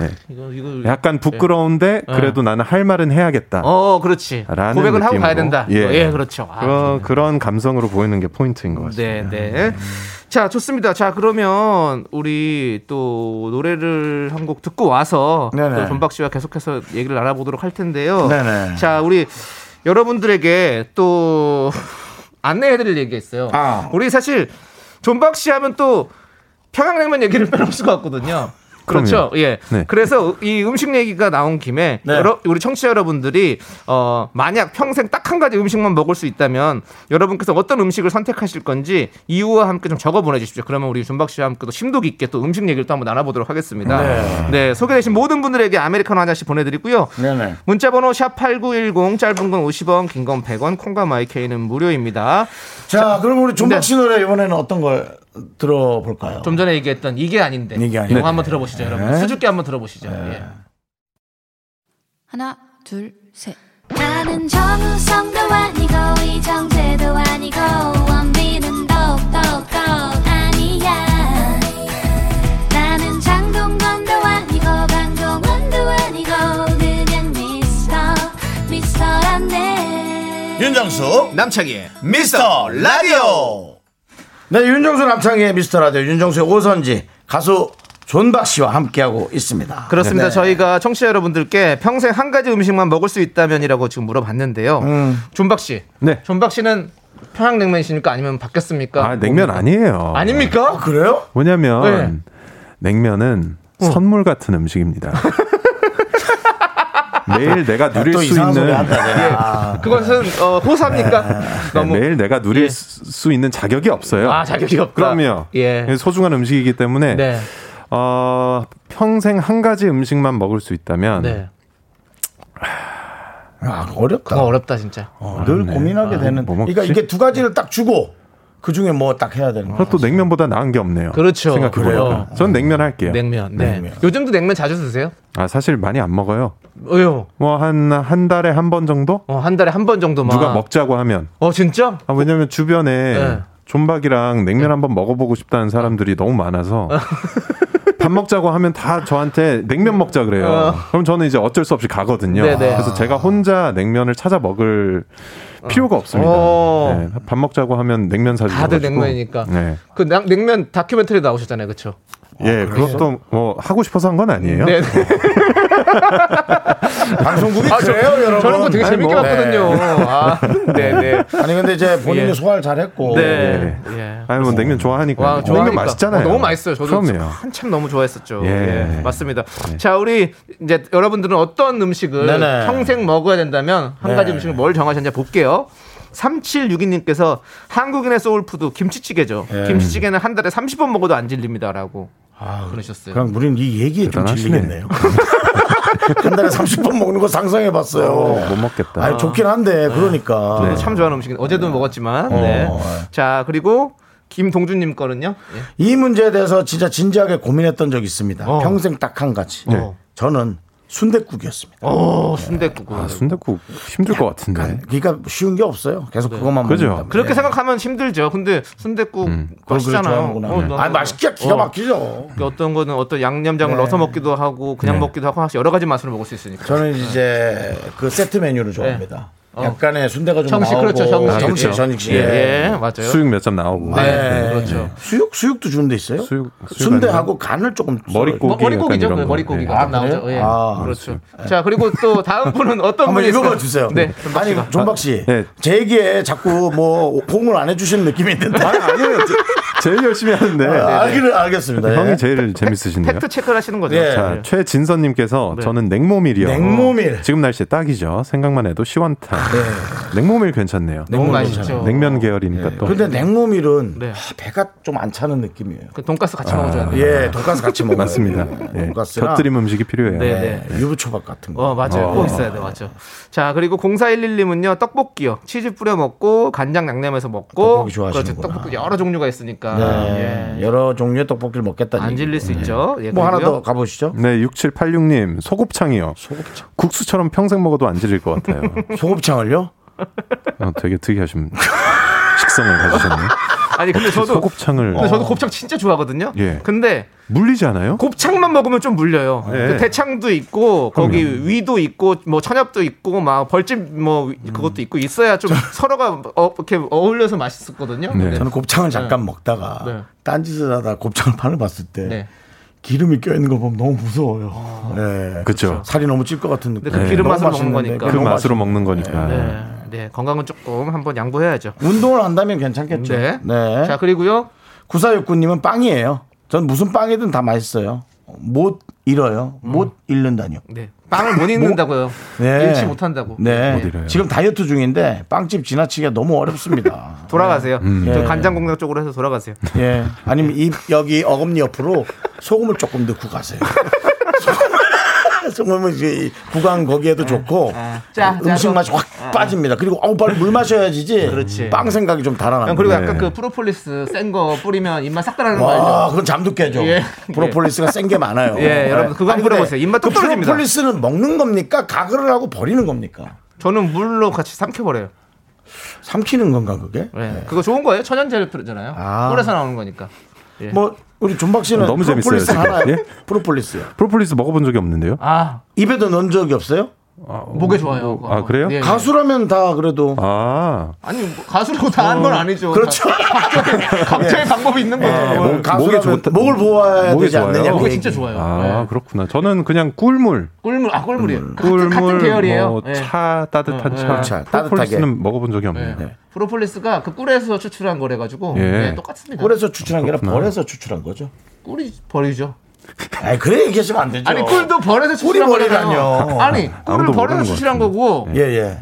S7: 네.
S2: 이거 이거
S7: 약간 부끄러운데 그래도 나는 할 말은 해야겠다.
S2: 네. 어, 그렇지.
S7: 라는
S2: 고백을 하고 가야
S7: 느낌으로.
S2: 된다.
S7: 예.
S2: 어, 예 그렇죠. 아,
S7: 그런 그런 감성으로 보이는 게 포인트인 것 같습니다.
S2: 네, 네. 자, 좋습니다. 자, 그러면 우리 또 노래를 한 곡 듣고 와서
S1: 네네.
S2: 또 존박 씨와 계속해서 얘기를 나눠보도록 할 텐데요.
S1: 네네.
S2: 자, 우리 여러분들에게 또 안내해드릴 얘기가 있어요.
S1: 아.
S2: 우리 사실 존박 씨 하면 또 평양냉면 얘기를 빼놓을 수가 없거든요. 그렇죠. 예.
S7: 네.
S2: 그래서 이 음식 얘기가 나온 김에
S1: 네.
S2: 여러, 우리 청취자 여러분들이 어, 만약 평생 딱 한 가지 음식만 먹을 수 있다면 여러분께서 어떤 음식을 선택하실 건지 이유와 함께 좀 적어 보내주십시오. 그러면 우리 준박 씨와 함께 또 심도 깊게 또 음식 얘기를 또 한번 나눠보도록 하겠습니다. 네. 소개되신 모든 분들에게 아메리카노 한 잔씩 보내드리고요.
S1: 네네.
S2: 문자번호 샵 #8910 짧은 건 50원, 긴 건 100원, 콩과 마이케이는 무료입니다.
S1: 자, 그럼 우리
S2: 네.
S1: 존박 씨 노래 이번에는 어떤 걸 들어볼까요?
S2: 좀 전에 얘기했던 이게 아닌데
S1: 이게 아닌데. 네.
S2: 이거 한번 들어보시죠, 여러분. 수줍게 한번 들어보시죠. 예.
S8: 하나 둘 셋.
S4: 나는 정우성도 아니고 이정재도 아니고 원빈은 더욱더 아니야 나는 장동건도 아니고 강동원도 아니고 그냥 미스터 미스터란데
S5: 윤정수
S2: 남창희의
S5: 미스터 라디오
S1: 네, 윤정수 남창희의 미스터 라디오 윤정수의 오선지 가수 존박 씨와 함께하고 있습니다.
S2: 그렇습니다.
S1: 네.
S2: 저희가 청취자 여러분들께 평생 한 가지 음식만 먹을 수 있다면이라고 지금 물어봤는데요.
S1: 음.
S2: 존박 씨.
S7: 네.
S2: 존박 씨는 평양냉면이십니까? 아니면 바뀌었습니까?
S7: 아 냉면 아니에요.
S2: 아닙니까?
S1: 그래요?
S7: 뭐냐면
S2: 네.
S7: 냉면은
S2: 어.
S7: 선물 같은 음식입니다. 매일 내가 누릴
S1: 또
S7: 수
S1: 이상한 소리
S7: 있는
S1: 한다. 쟤. 아,
S2: 그것은 어, 호사입니까?
S7: 네,
S2: 너무
S7: 매일 내가 누릴
S2: 예.
S7: 수 수 있는 자격이 없어요.
S2: 아 자격이 없다.
S7: 그럼요.
S2: 예.
S7: 소중한 음식이기 때문에
S2: 네.
S7: 어, 평생 한 가지 음식만 먹을 수 있다면
S2: 네.
S1: 아, 어렵다.
S2: 그거 어렵다 진짜.
S1: 어, 늘 고민하게 되는.
S7: 뭐 먹지?
S1: 그러니까 이게 두 가지를 딱 주고 그 중에 뭐 딱 해야 되는 거.
S7: 그럼 또 냉면보다 나은 게 없네요.
S2: 그렇죠.
S7: 생각해보니까.
S2: 그래요.
S7: 전 냉면 할게요.
S2: 냉면. 네.
S1: 냉면.
S2: 요즘도 냉면 자주 드세요?
S7: 아 사실 많이 안 먹어요.
S2: 어요.
S7: 뭐 한 한 달에 한 번 정도
S2: 어, 한 달에 한 번 정도만.
S7: 누가 먹자고 하면.
S2: 어 진짜?
S7: 아, 왜냐면 주변에
S2: 네.
S7: 존박이랑 냉면 한번 먹어보고 싶다는 사람들이 너무 많아서 밥 먹자고 하면 다 저한테 냉면 먹자 그래요.
S2: 어.
S7: 그럼 저는 이제 어쩔 수 없이 가거든요.
S2: 네네.
S7: 그래서 제가 혼자 냉면을 찾아 먹을 필요가 없습니다.
S2: 어.
S7: 네, 밥 먹자고 하면 냉면 사주고
S2: 다들 냉면이니까.
S7: 네.
S2: 그 냉- 냉면 다큐멘터리 나오셨잖아요, 그렇죠?
S7: 예, 그것도 뭐 하고 싶어서 한 건 아니에요.
S2: 네. 네.
S1: 방송국이 그래요, 여러분.
S2: 저는 그거 되게
S1: 아니,
S2: 재밌게
S1: 뭐.
S2: 봤거든요. 아, 네, 네.
S1: 네. 아니 근데 이제 본인이
S2: 예.
S1: 소화를 잘했고.
S2: 네. 예.
S7: 아니 뭐 냉면 좋아하니까.
S1: 네.
S2: 와, 좋아하니까.
S7: 냉면 맛있잖아요.
S2: 어, 너무 맛있어요. 저도
S7: 그럼요.
S2: 한참 너무 좋아했었죠.
S7: 예.
S2: 예, 맞습니다. 자, 우리 이제 여러분들은 어떤 음식을
S1: 네네.
S2: 평생 먹어야 된다면 한
S1: 네.
S2: 가지 음식을 뭘 정하셨는지 볼게요. 3762님께서 한국인의 소울푸드 김치찌개죠. 김치찌개는 한 달에 30번 먹어도 안 질립니다라고 예. 아, 그러셨어요.
S1: 그냥 우리는 이 얘기에 좀
S7: 대단하시네.
S1: 질리겠네요. 한 달에 30번 먹는 거 상상해 봤어요.
S7: 못 먹겠다.
S1: 아니 좋긴 한데 그러니까.
S2: 저도 네, 참 좋아하는 음식인데 어제도 먹었지만. 네. 자, 그리고 김동준님 거는요. 예.
S1: 이 문제에 대해서 진짜 진지하게 고민했던 적이 있습니다.
S2: 어.
S1: 평생 딱 한 가지.
S7: 네.
S1: 저는 순댓국이었습니다.
S2: 어, 순대국.
S7: 아, 순대국 힘들 것 같은데.
S1: 그러니까 쉬운 게 없어요. 계속 그것만
S7: 그죠.
S1: 먹는다.
S2: 그렇게 생각하면 힘들죠. 근데 순대국 맛있잖아요. 어,
S1: 아,
S2: 나는
S1: 맛있게 기가
S2: 어.
S1: 막히죠.
S2: 어떤 거는 어떤 양념장을 넣어서 먹기도 하고 그냥 먹기도 하고 사실 여러 가지 맛으로 먹을 수 있으니까.
S1: 네. 저는 이제 그 세트 메뉴를 좋아합니다. 약간의 순대가 좀
S2: 정식
S1: 나오고
S2: 네. 어. 그렇죠. 정식.
S1: 정식
S2: 예.
S1: 전식.
S2: 예,
S1: 아, 예.
S2: 예, 맞아요.
S7: 수육 몇 점 나오고.
S1: 네.
S2: 그렇죠.
S1: 수육 수육도 주는 데 있어요?
S7: 수육- 수육
S1: 순대하고 간을 조금
S7: 뭐, 머릿고기.
S2: 머- 머릿고기죠.
S7: 약간 이런
S2: 그
S7: 거.
S2: 머릿고기가
S7: 예.
S2: 좀 나오죠.
S1: 그래요?
S2: 예.
S1: 네. 아,
S2: 그렇죠. 자, 그리고 또 다음 분은 어떤
S1: 한번
S2: 분이
S1: 읽어봐
S2: 있을까요?
S1: 주세요.
S2: 네.
S1: 아니 존박 씨,
S7: 네.
S1: 제 얘기에 자꾸 뭐 공을 안 해주시는 느낌이 있는데.
S7: 아니, 아니에요. 제- 제일 열심히 하는데.
S2: 네,
S1: 아, 알기를 알겠습니다. 예.
S7: 형이 제일 재밌으신데요.
S2: 팩트 네. 체크를 하시는 거죠. 네.
S1: 예.
S7: 자, 최진선님께서 저는 냉모밀이요.
S1: 냉모밀.
S7: 지금 날씨 딱이죠. 생각만 해도 시원타.
S2: 네.
S7: 냉모밀 괜찮네요.
S2: 너무 맛있죠.
S7: 냉면 계열이니까 또.
S1: 근데 냉모밀은
S2: 네.
S1: 아, 배가 좀 안 차는 느낌이에요.
S2: 그 돈가스 같이 먹어줘야 돼요.
S1: 예, 돈가스 같이 먹어요.
S7: 맞습니다. 예.
S1: 돈가스랑
S7: 곁들임 음식이 필요해요.
S2: 네, 네.
S1: 예, 유부초밥 같은 거.
S2: 어 맞아요 꼭 있어야 돼 맞죠 자 그리고 0411님은요 떡볶이요 치즈 뿌려 먹고 간장 양념해서 먹고
S1: 떡볶이
S2: 그렇죠
S1: 좋아하시는구나.
S2: 떡볶이 여러 종류가 있으니까
S1: 네,
S2: 예.
S1: 여러 종류의 떡볶이를 먹겠다는.
S2: 안
S1: 얘기.
S2: 질릴 수 있죠 예,
S1: 뭐 하나
S2: 그리고요.
S1: 더 가보시죠.
S7: 네, 6786님, 소곱창이요. 국수처럼 평생 먹어도 안 질릴 것 같아요.
S2: 음.
S1: 소곱창을요?
S2: 네.
S7: 어, 되게 특이하신 식성을 가지셨네요.
S2: 아니 근데 저도 어.
S7: 소곱창을
S2: 근데 저도 곱창 진짜 좋아하거든요
S7: 어. 예.
S2: 근데
S7: 물리지 않아요?
S2: 곱창만 먹으면 좀 물려요
S7: 예.
S2: 그 대창도 있고 거기 위도 있고 뭐 천엽도 있고 막 벌집 뭐
S7: 음.
S2: 그것도 있고 있어야 좀 서로가 어, 이렇게 어울려서 맛있었거든요
S7: 네.
S1: 저는 곱창을 잠깐 먹다가
S2: 네.
S1: 딴짓을 하다 곱창을 파는 봤을 때
S2: 네. 어.
S1: 기름이 껴있는 걸 보면 너무 무서워요. 네.
S7: 그렇죠.
S1: 살이 너무 찔 것 같은 느낌.
S2: 근데 그 기름
S1: 너무
S2: 맛으로 먹는
S1: 맛있는데
S2: 거니까.
S1: 그게
S7: 그
S1: 너무
S7: 맛으로 먹는 거니까.
S2: 네. 네, 건강은 조금 한번 양보해야죠
S1: 맛있- 운동을 한다면 괜찮겠죠.
S2: 네.
S1: 네.
S2: 자, 그리고요.
S1: 구사육구님은 빵이에요. 전 무슨 빵이든 다 맛있어요. 못 잃어요.
S2: 음.
S1: 못 잃는다뇨.
S2: 네. 빵을 못 읽는다고요.
S1: 네.
S2: 읽지 못한다고.
S1: 네.
S7: 뭐? 못 잃어요.
S1: 지금 다이어트 중인데 빵집 지나치기가 너무 어렵습니다.
S2: 돌아가세요. 저
S7: 음. 네.
S1: 예.
S2: 간장공장 쪽으로 해서 돌아가세요.
S1: 예. 아니면 입 여기 어금니 옆으로 소금을 조금 넣고 가세요. 소금은 이제 구강
S2: 네.
S1: 거기에도 좋고
S2: 짜, 짜,
S1: 음식
S2: 짜.
S1: 맛이 확 빠집니다. 그리고 어우 빨리 물 마셔야지지.
S2: 그렇지.
S1: 빵 생각이 좀 달아나.
S2: 형, 그리고
S7: 네.
S2: 약간 그 프로폴리스 센 거 뿌리면 입맛 싹 달아나는 거
S1: 와,
S2: 알죠?
S1: 그건 잠도 깨죠.
S2: 예.
S1: 프로폴리스가 센 게 많아요. 네.
S2: 예, 여러분, 그거 한번
S1: 아니, 근데
S2: 뿌려보세요. 입맛
S1: 그
S2: 뚝 떨어집니다.
S1: 프로폴리스는 먹는 겁니까? 가글을 하고 버리는 겁니까?
S2: 저는 물로 같이 삼켜버려요.
S1: 삼키는 건가 그게?
S2: 예. 그거 좋은 거예요. 천연제잖아요.
S1: 아.
S2: 꿀에서 나오는 거니까. 예.
S1: 뭐 우리 존박 씨는
S7: 너무
S1: 프로폴리스
S7: 재밌어요, 지금.
S1: 하나요?
S7: 예?
S1: 프로폴리스
S7: 프로폴리스 먹어본 적이 없는데요.
S2: 아,
S1: 입에도 넣은 적이 없어요?
S2: 목에 좋아요.
S7: 아,
S2: 그거.
S7: 그래요?
S2: 예, 예.
S1: 가수라면 다 그래도
S7: 아,
S2: 아니 뭐 가수라고 다 한 건 아니죠.
S1: 그렇죠.
S2: 각자의, 각자의 방법이 있는 거죠.
S1: 예, 목,
S7: 목이
S1: 가수라면
S7: 좋다-
S1: 목을 보아야
S7: 목이
S1: 되지
S7: 좋아요.
S1: 않느냐.
S2: 목이
S1: 그
S2: 진짜
S1: 얘기.
S2: 좋아요.
S7: 아
S2: 예.
S7: 그렇구나. 저는 그냥 꿀물,
S2: 꿀물 아 꿀물이에요. 같은,
S7: 꿀물,
S2: 같은 계열이에요. 예.
S7: 뭐 차 따뜻한
S2: 어,
S7: 차.
S2: 예.
S1: 차,
S7: 프로폴리스는
S1: 따뜻하게.
S7: 먹어본 적이
S2: 예.
S7: 없네요.
S2: 프로폴리스가 그 꿀에서 추출한 거래 가지고
S7: 예.
S2: 똑같습니다.
S1: 꿀에서 추출한 게 아니라 벌에서 추출한 거죠.
S2: 꿀이 버리죠.
S1: 아, 그래 얘기하시면 안 되죠.
S2: 아니 꿀도 벌에서 추출한
S1: 꿀이
S2: 거잖아요.
S1: 버리라뇨.
S2: 아니 꿀을 벌에서
S7: 아무도 모르는 것
S2: 추출한 거고
S1: 예, 예.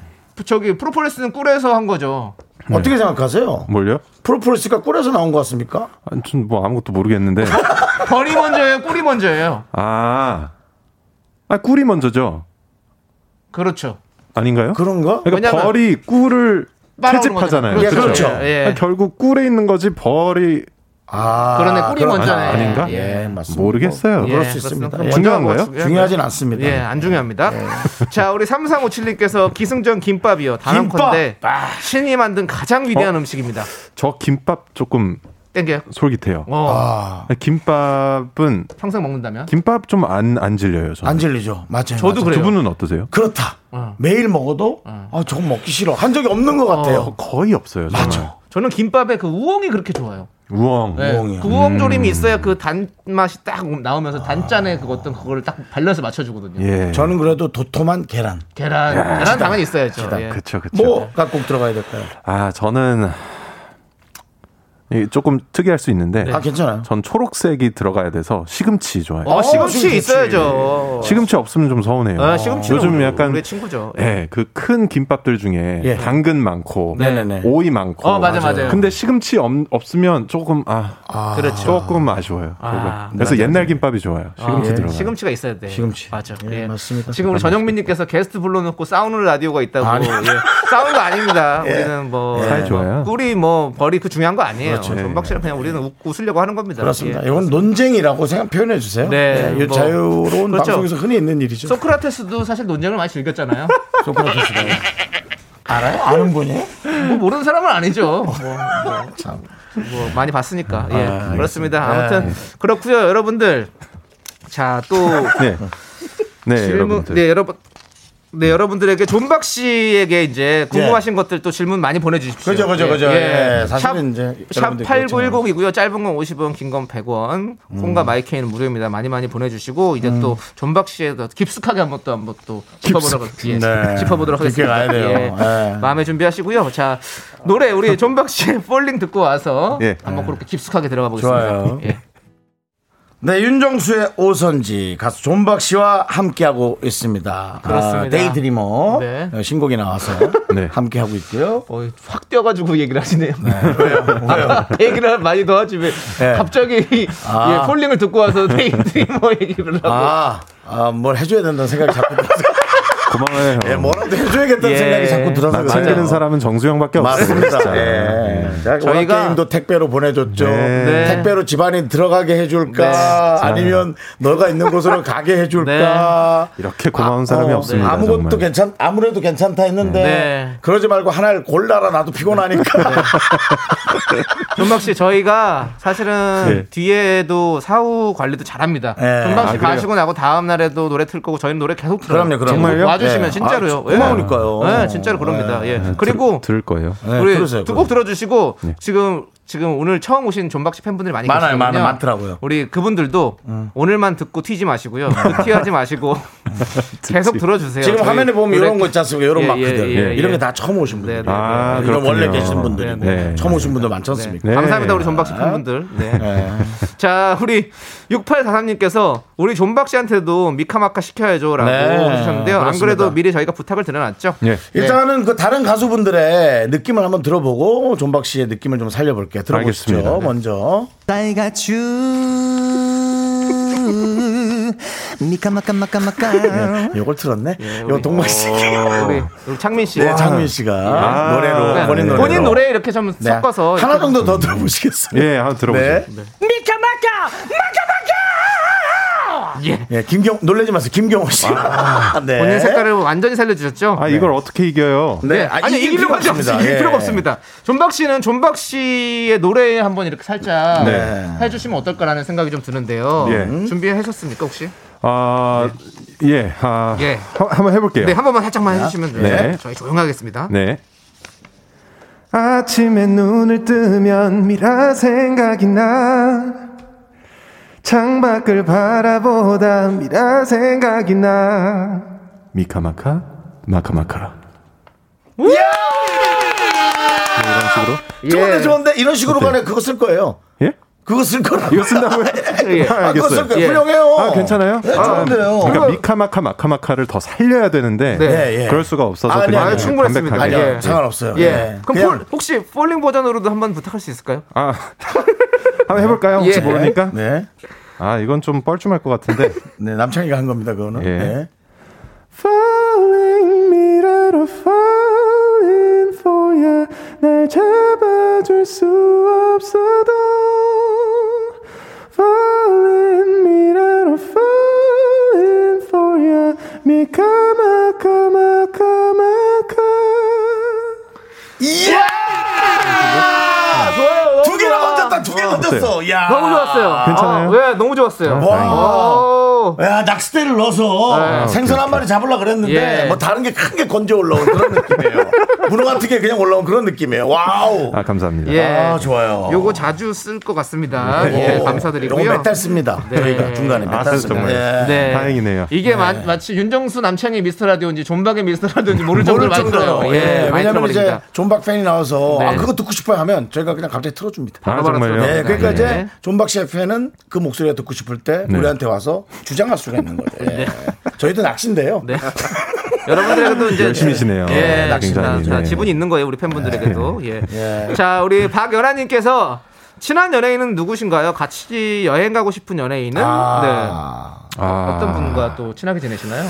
S2: 저기 프로폴리스는 꿀에서 한 거죠.
S1: 어떻게 생각하세요?
S7: 뭘요?
S1: 프로폴리스가 꿀에서 나온 것 같습니까?
S7: 아, 전뭐 아무것도 모르겠는데.
S2: 벌이 먼저예요. 꿀이 먼저예요.
S7: 아, 아 꿀이 먼저죠.
S2: 그렇죠.
S7: 아닌가요?
S1: 그런가?
S7: 그러니까
S2: 왜냐면-
S7: 벌이 꿀을
S2: 빨아오는
S7: 채집하잖아요.
S2: 거잖아요.
S1: 예, 그렇죠.
S2: 예.
S7: 아니, 결국 꿀에 있는 거지 벌이
S1: 아,
S2: 그러네 꿀이
S1: 그런-
S2: 먼저네.
S7: 아, 아닌가?
S1: 예, 맞습니다.
S7: 모르겠어요.
S1: 그럴 수 있습니다.
S2: 그렇습니다.
S1: 예.
S7: 중요한가요?
S2: 먼저 먹었-
S1: 중요하진 않습니다.
S2: 예, 안 중요합니다. 자, 우리 3357님께서 기승전 김밥이요. 단한
S1: 김밥!
S2: 건데 신이 만든 가장 위대한 음식입니다.
S7: 저 김밥 조금
S2: 땡겨요.
S7: 솔깃해요.
S2: 어,
S1: 아.
S7: 김밥은
S2: 평생 먹는다면?
S7: 김밥 좀 안 안 질려요. 저는.
S1: 안 질리죠. 맞아요.
S2: 저도
S1: 맞아요.
S2: 그래요.
S7: 두 분은 어떠세요?
S1: 그렇다.
S2: 어.
S1: 매일 먹어도 아, 저건 먹기 싫어. 한 적이 없는 것 같아요.
S7: 거- 거의 없어요. 저는.
S1: 맞죠.
S2: 저는 김밥에 그 우엉이 그렇게 좋아요.
S7: 우엉.
S2: 네,
S1: 우엉이요.
S2: 그 우엉 조림이 있어야 그 단맛이 딱 나오면서 단짠의 그 어떤 그거를 딱 밸런스 맞춰주거든요.
S7: 예.
S1: 저는 그래도 도톰한 계란.
S2: 계란, 계란 당연히 있어야죠. 예.
S7: 그쵸 그쵸.
S1: 뭐가 꼭 들어가야 될까요?
S7: 아 저는 이게 조금 특이할 수 있는데
S1: 아, 괜찮아요.
S7: 전 초록색이 들어가야 돼서 시금치 좋아해요.
S2: 어, 시금치
S1: 시금치.
S2: 있어야죠.
S7: 시금치 없으면 좀 서운해요.
S2: 아, 시금치
S7: 요즘 약간
S2: 우리 친구죠.
S7: 예, 그 큰 김밥들 중에
S1: 예.
S7: 당근 많고
S1: 네네네.
S7: 오이 많고
S2: 어, 맞아, 맞아요.
S7: 근데 시금치 없, 없으면 조금 아,
S2: 그렇죠.
S7: 조금 아쉬워요.
S2: 아.
S7: 그거. 그래서 옛날 김밥이 좋아요. 시금치
S2: 아,
S7: 들어가.
S2: 시금치가 있어야 돼.
S1: 시금치.
S2: 맞아.
S1: 예, 맞습니다.
S2: 지금 우리 전영민님께서 게스트 불러놓고 싸우는 라디오가 있다고.
S1: 아니.
S2: 예. 싸우는 거 아닙니다. 우리는 뭐.
S7: 사이
S2: 뭐
S7: 좋아요.
S2: 꿀이 뭐 벌이 그 중요한 거 아니에요.
S1: 그렇죠.
S2: 전박 씨랑 그냥 우리는 웃고 웃으려고 하는 겁니다.
S1: 그렇습니다.
S2: 예.
S1: 이건 논쟁이라고 생각 표현해 주세요.
S2: 네,
S1: 네. 이
S2: 뭐.
S1: 자유로운
S2: 그렇죠.
S1: 방송에서 흔히 있는 일이죠.
S2: 소크라테스도 사실 논쟁을 많이 즐겼잖아요.
S1: 소크라테스가 알아요? 아는 분이에요?
S2: 뭐 모르는 사람은 아니죠. 뭐,
S1: 참. 아,
S2: 뭐 많이 봤으니까. 예. 그렇습니다.
S1: 예.
S2: 아무튼 그렇고요 여러분들. 자, 또
S7: 네. 네,
S2: 질문
S7: 여러분들.
S2: 네, 여러분
S1: 음.
S2: 네, 여러분들에게 존박 씨에게 이제 궁금하신 것들 또 질문 많이 보내 주십시오.
S1: 예. 그죠, 그죠, 그죠. 예, 사실은 이제 여러분들이 그렇죠. 그렇잖아요.
S2: 8910이고요. 짧은 건 50원, 긴 건 100원.
S1: 음.
S2: 콩과 마이케이는 무료입니다. 많이 많이 보내 주시고 이제 또 존박 씨에 더 깊숙하게 한번 또 한번 또 짚어보도록 예,
S1: 네.
S2: 짚어보도록
S1: 깊게
S2: 하겠습니다.
S1: 가야 돼요.
S2: 예.
S1: 예.
S2: 마음에 준비하시고요. 자, 노래 우리 존박 씨의 폴링 듣고 와서
S7: 예.
S2: 한번 그렇게 깊숙하게 들어가 보겠습니다.
S1: 좋아요.
S2: 예.
S1: 네, 윤정수의 오선지 가수 존박 씨와 함께하고 있습니다.
S2: 그렇습니다.
S1: 아, 데이드리머
S2: 네.
S1: 어, 신곡이 나와서
S7: 네.
S1: 함께하고 있고요.
S2: 어, 확 뛰어가지고 얘기를 하시네요. 네. 아까 얘기를 많이 더 하지 왜
S1: 네.
S2: 갑자기
S1: 아.
S2: 예, 폴링을 듣고 와서 데이드리머 뭐 얘기를 하고
S1: 아, 아, 뭘 해줘야 된다는 생각이 자꾸 들어서
S7: 고마워요.
S1: 예, 뭐라도 해줘야겠다는
S2: 예.
S1: 생각이 자꾸 들어서
S7: 나 챙기는
S1: 그래요.
S7: 사람은 정수영밖에 없어요.
S1: 맞습니다.
S7: 진짜.
S1: 예. 자,
S2: 저희가-
S1: 저희가 게임도 택배로 보내줬죠.
S7: 네.
S2: 네.
S1: 택배로 집안이 들어가게 해줄까?
S2: 네.
S1: 아니면 너가 있는 곳으로 가게 해줄까?
S7: 이렇게 고마운 사람이
S1: 어,
S7: 없습니다.
S1: 아무것도
S7: 정말.
S1: 괜찮, 아무래도 괜찮다 했는데
S2: 네.
S1: 그러지 말고 하나를 골라라. 나도 피곤하니까.
S2: 존박 씨 저희가 사실은
S7: 네.
S2: 뒤에도 사후 관리도 잘합니다.
S1: 예.
S2: 존박 씨
S7: 아, 그래요?
S2: 가시고 나고 다음 날에도 노래 틀 거고 저희는 노래 계속 들어요. 네.
S1: 그럼요, 그럼요.
S2: 정말
S7: 정말요?
S2: 와주시면
S1: 예.
S2: 진짜로요.
S1: 아, 고마우니까요.
S2: 예. 예, 진짜로 그럽니다. 예.
S7: 들-
S2: 그리고
S7: 들을 거예요.
S1: 네,
S2: 우리
S1: 들으세요,
S2: 두 곡
S1: 그럼.
S2: 들어주시고 지금 지금 오늘 처음 오신 존박씨 팬분들이 많이
S1: 많아요,
S2: 계시거든요.
S1: 많아요, 많더라고요. 음.
S2: 우리 그분들도 오늘만 듣고 튀지 마시고요. 그 튀하지 마시고 계속 들어주세요.
S1: 지금
S2: 저희
S1: 화면에 보면
S2: 노래
S1: 이런 거 있지 않습니까? 이런
S2: 예,
S1: 마크들.
S2: 예, 예,
S1: 이런
S2: 예.
S1: 게 다 처음 오신 분들.
S2: 네, 네.
S7: 아,
S1: 이런
S7: 그렇군요.
S1: 원래 계신 분들이고
S2: 네, 네.
S1: 처음 오신 분들 많지
S2: 네.
S1: 않습니까?
S2: 감사합니다 우리 존박씨 팬분들. 네. 자 우리 6843님께서 우리 존박씨한테도 미카마카 시켜야죠라고
S1: 네,
S2: 해주셨는데요. 안
S1: 그렇습니다.
S2: 그래도 미리 저희가 부탁을 드려놨죠.
S7: 예.
S1: 일단은 그 다른 가수분들의 느낌을 한번 들어보고 존박 씨의 느낌을 좀 살려볼게요. 들어보시죠.
S2: 네.
S7: 알겠습니다.
S1: 먼저
S8: 딸가 주 미카마카마카마카
S1: 이걸 예, 틀었네.
S2: 예, 우리- 어.
S1: 요 동박 씨,
S2: 우리, 우리 창민 씨.
S1: 네, 장민 씨가
S7: 아.
S1: 노래로 본인
S7: 네. 본인
S1: 노래
S2: 본인 노래 이렇게 좀
S1: 네.
S2: 섞어서
S1: 하나
S2: 이렇게 음.
S1: 정도 더 들어보시겠어요?
S7: 예, 한번 들어보세요.
S1: 네.
S2: 예.
S1: 예, 김경 놀라지 마세요. 김경호 씨. 네.
S2: 아. 본인 색깔을 완전히 살려주셨죠.
S7: 아, 이걸 어떻게 이겨요?
S1: 네.
S2: 아, 아니 이길 필요가 없습니다.
S1: 예.
S2: 이길 필요가 없습니다. 존박 씨는 존박 씨의 노래에 한번 이렇게 살짝
S1: 네.
S2: 해주시면 어떨까라는 생각이 좀 드는데요. 음,
S7: 예.
S2: 준비하셨습니까 혹시?
S7: 아, 예. 아,
S2: 예.
S7: 한- 한번 해볼게요.
S2: 네, 한 번만 살짝만 해주시면 돼요.
S7: 네.
S2: 저희 조용하겠습니다.
S7: 네. 아침에 눈을 뜨면 미라 생각이 나. 창밖을 바라보다 미라 생각이 나. 미카마카, 마카마카. 네, 이런 식으로?
S1: 예. 좋은데 좋은데 이런 식으로 가네. 그거 쓸 거예요.
S7: 예?
S1: 그거 쓸 거라고.
S7: 이거 쓴다고요?
S2: 예.
S7: 아,
S1: 아, 그거 쓸
S7: 알겠어요.
S1: 거예요.
S2: 예.
S1: 훌륭해요.
S7: 아, 괜찮아요?
S1: 네,
S7: 아,
S1: 좋은데요.
S7: 그러니까 미카마카, 마카마카를 더 살려야 되는데
S1: 네, 예.
S7: 그럴 수가 없어서
S1: 아니,
S7: 그냥
S1: 아니,
S2: 충분했습니다.
S7: 담백하게.
S1: 아니요,
S2: 예.
S1: 상관없어요.
S2: 예.
S1: 네.
S2: 그럼
S1: 그냥-
S2: 폴- 혹시 폴링 버전으로도 한번 부탁할 수 있을까요?
S7: 아, 한번 해볼까요? 혹시
S2: 예.
S7: 모르니까?
S1: 네.
S7: 아, 이건 좀 뻘쭘할 것 같은데.
S1: 네, 남창이가 한 겁니다. 그거는.
S7: 예.
S1: 네.
S7: Falling 미래로 falling for you 날 잡아줄 수 없어도 Falling 미래로 falling for you 미카마카마카마카
S1: 두 개나 얹었다. 두 개 얹었어. 야.
S2: 아, 너무 좋았어요.
S7: 괜찮아요?
S2: 어, 예, 너무 좋았어요. 아,
S1: 와.
S2: 오.
S1: 야, 낚싯대를 넣어서
S2: 네.
S1: 생선 한 마리 잡으려고 그랬는데
S2: 예.
S1: 뭐 다른 게 큰 게 건져 올라온 그런 느낌이에요. 문어 같은 게 그냥 올라온 그런 느낌이에요. 와우.
S7: 아 감사합니다
S2: 예.
S1: 아, 좋아요.
S2: 요거 자주 쓸 것 같습니다. 예,
S1: 오,
S2: 감사드리고요.
S1: 요거 메탈 씁니다.
S2: 네.
S1: 저희가 중간에
S7: 아,
S1: 메탈
S7: 쓰죠, 정말.
S1: 씁니다. 예.
S2: 네.
S7: 다행이네요.
S2: 이게 마, 마치 윤정수 남창의 미스터 라디오인지 존박의 미스터 라디오인지 모를 정도로
S1: 모를
S2: 많이 들어요.
S1: 정도로.
S2: 예,
S1: 예.
S2: 많이
S1: 왜냐면 이제
S2: 들어버립니다.
S1: 존박 팬이 나와서
S2: 네.
S1: 아, 그거 듣고 싶어요 하면 저희가 그냥 갑자기 틀어줍니다.
S7: 아,
S2: 바로
S7: 정말요?
S2: 알았어요.
S1: 네, 그러니까
S2: 네.
S1: 이제 존박 씨 팬은 그 목소리가 듣고 싶을 때
S7: 네.
S1: 우리한테 와서 주장할 수가 있는 거예요. 예. 저희도 낚시인데요.
S2: 네. 여러분들에게도 이제
S7: 열심히시네요.
S2: 예,
S7: 네,
S2: 낚시나
S7: 굉장히.
S2: 자,
S7: 네.
S2: 지분이 있는 거예요, 우리 팬분들에게도. 예.
S1: 예.
S2: 자, 우리 박연아님께서 친한 연예인은 누구신가요? 같이 여행 가고 싶은 연예인은
S1: 아.
S2: 네. 어떤 분과 또 친하게 지내시나요?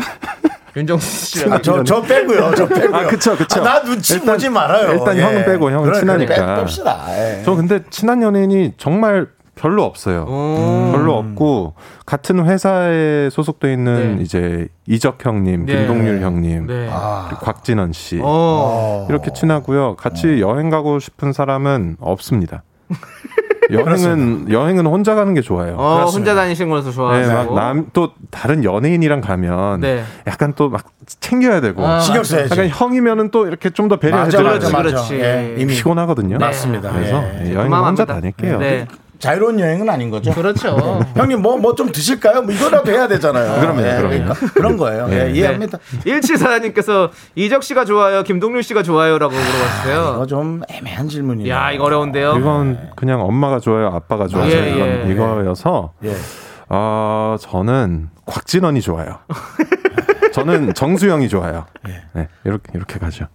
S2: 윤정수 씨랑
S1: 아, 저, 저 빼고요. 저 빼고요.
S7: 아, 그쵸, 그쵸.
S1: 아, 나 눈치
S7: 일단-
S1: 보지 말아요. 예.
S7: 일단 형은 빼고, 형은
S1: 그래, 그래,
S7: 친하니까.
S1: 빼, 뺍시다. 예.
S7: 저 근데 친한 연예인이 정말 별로 없어요.
S2: 오.
S7: 별로 없고 같은 회사에 소속돼 있는
S2: 음. 네.
S7: 이제 이적 형님,
S2: 네.
S7: 김동률 형님,
S2: 네.
S1: 아.
S7: 그리고 곽진원 씨
S2: 어.
S7: 이렇게 친하고요. 같이
S1: 음.
S7: 여행 가고 싶은 사람은 없습니다. 여행은 여행은 혼자 가는 게 좋아요. 네,
S2: 어, 혼자 다니시는 걸더
S1: 어,
S2: 좋아하시고.
S7: 막남또 다른 연예인이랑 가면
S2: 네.
S7: 약간 또 막 챙겨야 되고
S2: 아,
S1: 어. 신경 써야지.
S7: 약간 형이면은 또 이렇게 좀 더 배려해
S1: 네, 맞아,
S7: 드려야
S1: 맞아,
S2: 그렇지,
S7: 돼요.
S1: 맞아.
S2: 그렇지.
S1: 예, 이미
S7: 피곤하거든요.
S1: 맞습니다.
S7: 그래서
S1: 예.
S7: 여행 혼자
S2: 그만합니다.
S7: 다닐게요.
S2: 네.
S1: 자유로운 여행은 아닌 거죠.
S2: 그렇죠.
S1: 형님 뭐 뭐 좀 드실까요? 뭐 이거라도 해야 되잖아요.
S7: 그럼요,
S1: 예,
S7: 그럼요.
S1: 그러니까 그런 거예요. 예,
S7: 네.
S1: 이해합니다.
S2: 일치사님께서 이적 씨가 좋아요, 김동률 씨가 좋아요라고 물어봤어요.
S1: 이거 좀 애매한 질문이에요.
S2: 야 이거 어려운데요.
S7: 이건 그냥 엄마가 좋아요, 아빠가 좋아요
S2: 예,
S7: 이건
S2: 예.
S7: 이거여서
S1: 예.
S7: 어, 저는 곽진원이 좋아요. 저는 정수영이 좋아요.
S2: 예.
S7: 네, 이렇게 이렇게 가죠.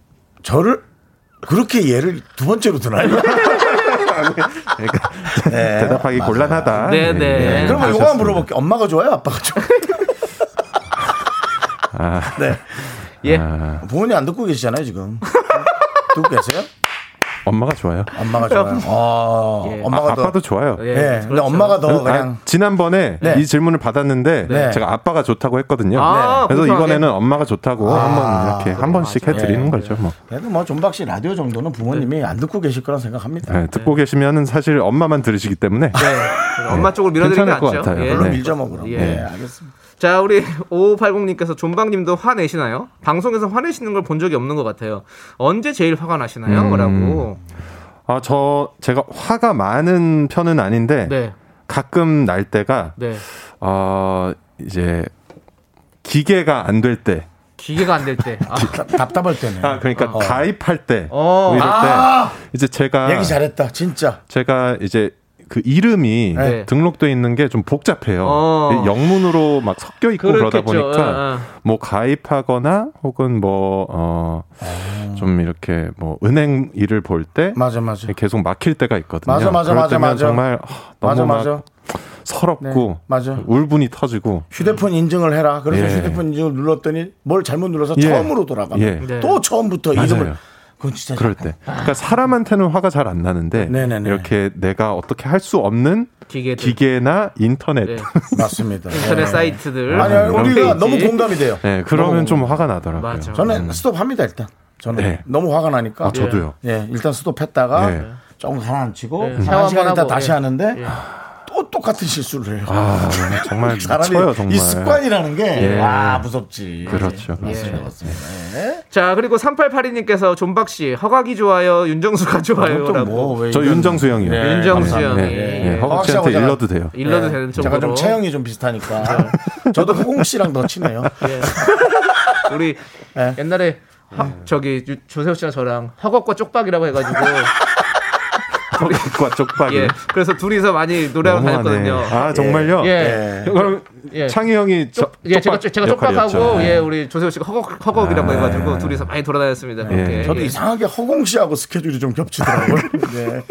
S1: 저를 그렇게 얘를 두 번째로 드나요?
S7: 네, 그러니까
S1: 네.
S7: 대답하기 곤란하다.
S2: 네, 네. 네,
S1: 그러면 요거
S7: 아셨습니다.
S1: 한번 물어볼게요. 엄마가 좋아요? 아빠가 좋아요?
S7: 아,
S1: 네. 아.
S2: 예.
S1: 부모님 안 듣고 계시잖아요, 지금. 듣고 계세요?
S7: 엄마가 좋아요.
S1: 엄마가 좋아요. 아,
S2: 예.
S1: 엄마가
S7: 아,
S1: 더.
S7: 빠도 좋아요.
S1: 예.
S2: 예,
S1: 근데
S2: 그렇죠.
S1: 엄마가 더
S7: 아,
S1: 그냥
S7: 지난번에
S1: 네.
S7: 이 질문을 받았는데
S1: 네.
S7: 제가 아빠가 좋다고 했거든요.
S2: 아,
S7: 그래서
S2: 공평하게.
S7: 이번에는 엄마가 좋다고
S1: 아,
S7: 한번 이렇게 한 번씩
S2: 예.
S7: 해드리는 거죠. 뭐
S1: 그래도 뭐 존박 씨 라디오 정도는 부모님이 안 듣고 계실 거란
S2: 예.
S1: 생각합니다.
S7: 네, 듣고 계시면은 사실 엄마만 들으시기 때문에
S2: 네. 엄마 쪽으로 밀어드리는 게
S7: 괜찮을 것
S2: 낫죠.
S7: 같아요.
S1: 물론
S7: 네.
S1: 밀자먹으로. 예.
S2: 예.
S1: 알겠습니다.
S2: 자, 우리 5580님께서 존박님도 화내시나요? 방송에서 화내시는 걸 본 적이 없는 것 같아요. 언제 제일 화가 나시나요? 라고.
S7: 아, 저 제가 화가 많은 편은 아닌데
S2: 네.
S7: 가끔 날 때가
S2: 네.
S7: 어 이제 기계가 안 될 때.
S2: 기계가 안 될 때. 아,
S1: 답답할 때네.
S7: 아, 그러니까 가입할 때.
S2: 어.
S7: 뭐 이럴 때
S1: 아!
S7: 이제 제가
S1: 얘기 잘했다, 진짜.
S7: 제가 이제 그 이름이
S2: 네.
S7: 등록돼 있는 게 좀 복잡해요.
S2: 어.
S7: 영문으로 막 섞여 있고 그러다
S2: 그렇겠죠.
S7: 보니까
S2: 아,
S7: 뭐 가입하거나 혹은 뭐, 뭐어좀 이렇게 뭐 은행 일을 볼 때
S1: 맞아, 맞아.
S7: 계속 막힐 때가 있거든요.
S1: 맞아, 맞아,
S7: 그럴
S1: 맞아,
S7: 때면
S1: 맞아.
S7: 정말 아, 너무
S1: 맞아,
S7: 막
S1: 맞아.
S7: 서럽고
S1: 네, 맞아.
S7: 울분이 터지고
S1: 휴대폰 인증을 해라. 그래서
S7: 음. 예.
S1: 휴대폰 인증을 눌렀더니 뭘 잘못 눌러서
S7: 예.
S1: 처음으로 돌아가.
S7: 예.
S2: 네.
S1: 면또 처음부터
S7: 맞아요.
S1: 이름을. 그건 진짜.
S7: 그럴 때. 그러니까 사람한테는 화가 잘 안 나는데
S1: 네네네.
S7: 이렇게 내가 어떻게 할 수 없는
S2: 기계들.
S7: 기계나 인터넷
S2: 네.
S1: 맞습니다.
S2: 인터넷
S1: 예.
S2: 사이트들.
S1: 아니, 아니
S7: 그런
S1: 우리가
S2: 홈페이지.
S1: 너무 공감이 돼요.
S7: 네, 그러면
S1: 너무
S7: 좀 화가 나더라고요.
S2: 맞아.
S1: 저는 스톱합니다 일단. 저는
S7: 네.
S1: 너무 화가 나니까.
S7: 음. 아, 저도요.
S1: 예, 일단 스톱했다가
S7: 예.
S1: 조금 가라앉히고
S2: 예.
S1: 한
S2: 샤워 한번
S1: 시간 있다
S2: 하고,
S1: 다시
S2: 예.
S1: 하는데 또 똑같은 실수를 해요.
S7: 아, 정말
S1: 사람이
S7: 미쳐요, 정말.
S1: 이 습관이라는 게
S7: 예.
S1: 와 무섭지.
S7: 그렇죠.
S1: 맞습니다. 맞습니다. 예.
S2: 자, 그리고 3882님께서 존박 씨, 허각이 좋아요, 윤정수가 좋아요라고.
S1: 또뭐왜
S7: 저 윤정수 형이요.
S1: 네,
S2: 윤정수
S7: 감사합니다.
S2: 형이.
S7: 예, 예.
S2: 예.
S1: 아,
S7: 허각
S1: 허각씨하고
S7: 씨한테 일러도 돼요.
S2: 일러도 되는
S1: 예. 제가
S2: 쪽으로.
S1: 네.
S2: 네.
S1: 좀 체형이 좀 비슷하니까 저도 허공 씨랑 더 친해요.
S2: 예. 우리
S1: 예.
S2: 옛날에 하- 저기 유- 조세호 씨랑 저랑 허걱과 쪽박이라고 해가지고
S7: 허각과 쪽박이.
S2: 예 그래서 둘이서 많이 노래를
S7: 너무하네.
S2: 다녔거든요.
S7: 아, 정말요?
S2: 예.
S1: 예.
S7: 그럼
S2: 예.
S7: 창희 형이 저,
S2: 예, 제가 쪼-
S7: 쪽박
S2: 제가
S7: 역할이었죠. 네.
S2: 쪽박하고 예, 우리 조세호 씨가 허걱 허걱이라고
S7: 아.
S2: 해가지고 둘이서 많이 돌아다녔습니다. 그렇게.
S1: 저도
S2: 예.
S1: 이상하게 허공 씨하고 스케줄이 좀 겹치더라고요. 네.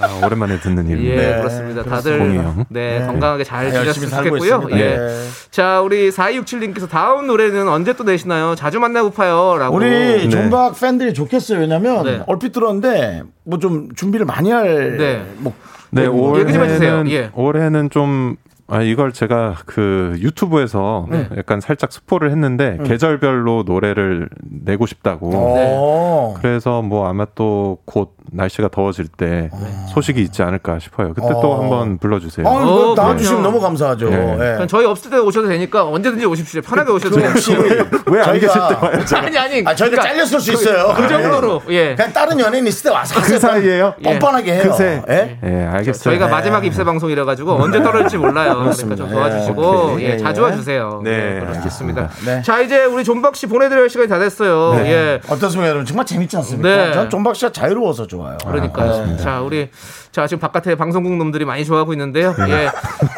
S7: 아, 오랜만에 듣는 이름.
S2: 예,
S7: 네.
S2: 그렇습니다.
S7: 공이요.
S2: 다들 네, 건강하게 잘
S1: 열심히
S2: 지냈으면
S1: 살고
S2: 좋겠고요.
S1: 있습니다.
S2: 예.
S1: 예.
S2: 자, 우리 4267님께서 다음 노래는 언제 또 내시나요? 자주 만나고파요라고.
S1: 우리
S7: 네.
S1: 종박 팬들이 좋겠어요. 왜냐면
S2: 네.
S1: 얼핏 들었는데 뭐 좀 준비를 많이 할
S2: 네.
S1: 뭐,
S7: 네,
S2: 얘기 좀 해주세요.
S7: 올해는
S2: 예.
S7: 올해는 좀 아, 이걸 제가 그 유튜브에서
S2: 네.
S7: 약간 살짝 스포를 했는데
S2: 음.
S7: 계절별로 노래를 내고 싶다고.
S2: 네.
S1: 어.
S7: 그래서 뭐 아마 또 곧 날씨가 더워질 때 소식이 있지 않을까 싶어요. 그때 또
S1: 어.
S7: 한번 불러주세요.
S1: 아, 이거
S2: 어. 어,
S1: 나와주시면
S2: 그럼요.
S1: 너무 감사하죠.
S7: 네.
S1: 예.
S2: 그냥 저희 없을 때 오셔도 되니까 언제든지 오십시오. 편하게 오셔도 그 돼요.
S1: 혹시
S7: 왜 안
S1: 저희가-
S7: 계실 때 와요?
S2: 아니 아니.
S1: 아, 저희가
S2: 그러니까
S1: 잘렸을 수 있어요.
S2: 그 정도로 예.
S1: 그냥 다른 연예인 있을 때 와서
S7: 그 사이에요?
S1: 뻔뻔하게 해요.
S7: 그새.
S1: 예?
S7: 예, 알겠어요.
S2: 저희가 마지막 입세 방송이라 가지고 언제 떨어질지 몰라요. 그러니까 좀 도와주시고
S1: 오케이.
S2: 예,
S1: 예,
S2: 자주
S1: 예.
S2: 와주세요.
S7: 네,
S2: 그렇습니다.
S1: 네.
S2: 자 이제 우리 존박 씨 보내드릴 시간이 다 됐어요. 예.
S1: 어떻습니까, 여러분? 정말 재밌지 않습니까?
S2: 네.
S1: 전 존박 씨가 자유로워서 좋아요.
S2: 그러니까요. 자, 우리 자 지금 바깥에 방송국 놈들이 많이 좋아하고 있는데요. 예.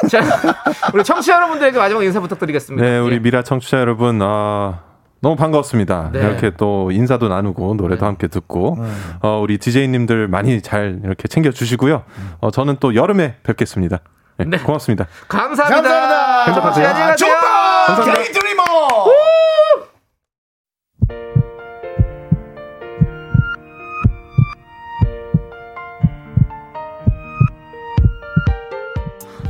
S2: 자, 우리 청취자 여러분들에게 마지막 인사 부탁드리겠습니다.
S7: 네, 우리
S2: 예.
S7: 미라 청취자 여러분, 아, 너무 반가웠습니다.
S2: 네.
S7: 이렇게 또 인사도 나누고 노래도 함께 듣고, 어, 우리 DJ님들 많이 잘 이렇게 챙겨주시고요.
S2: 음.
S7: 어, 저는 또 여름에 뵙겠습니다. 네, 고맙습니다.
S2: 감사합니다.
S1: 감사합니다.
S2: 정박 씨, 안녕히 가세요.
S1: 존박! 게이 드리머!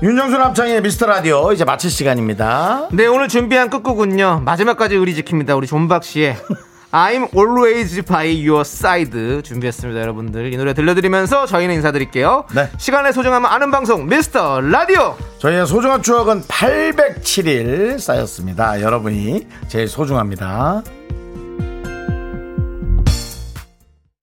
S1: 윤정수 남창의 미스터 라디오 이제 마칠 시간입니다.
S2: 네, 오늘 준비한 끝곡은요. 마지막까지 의리 지킵니다. 우리 존박 씨의 I'm always by your side 준비했습니다, 여러분들. 이 노래 들려드리면서 저희는 인사드릴게요.
S1: 네.
S2: 시간의 소중함을 아는 방송 미스터 라디오.
S1: 저희의 소중한 추억은 807일 쌓였습니다. 여러분이 제일 소중합니다.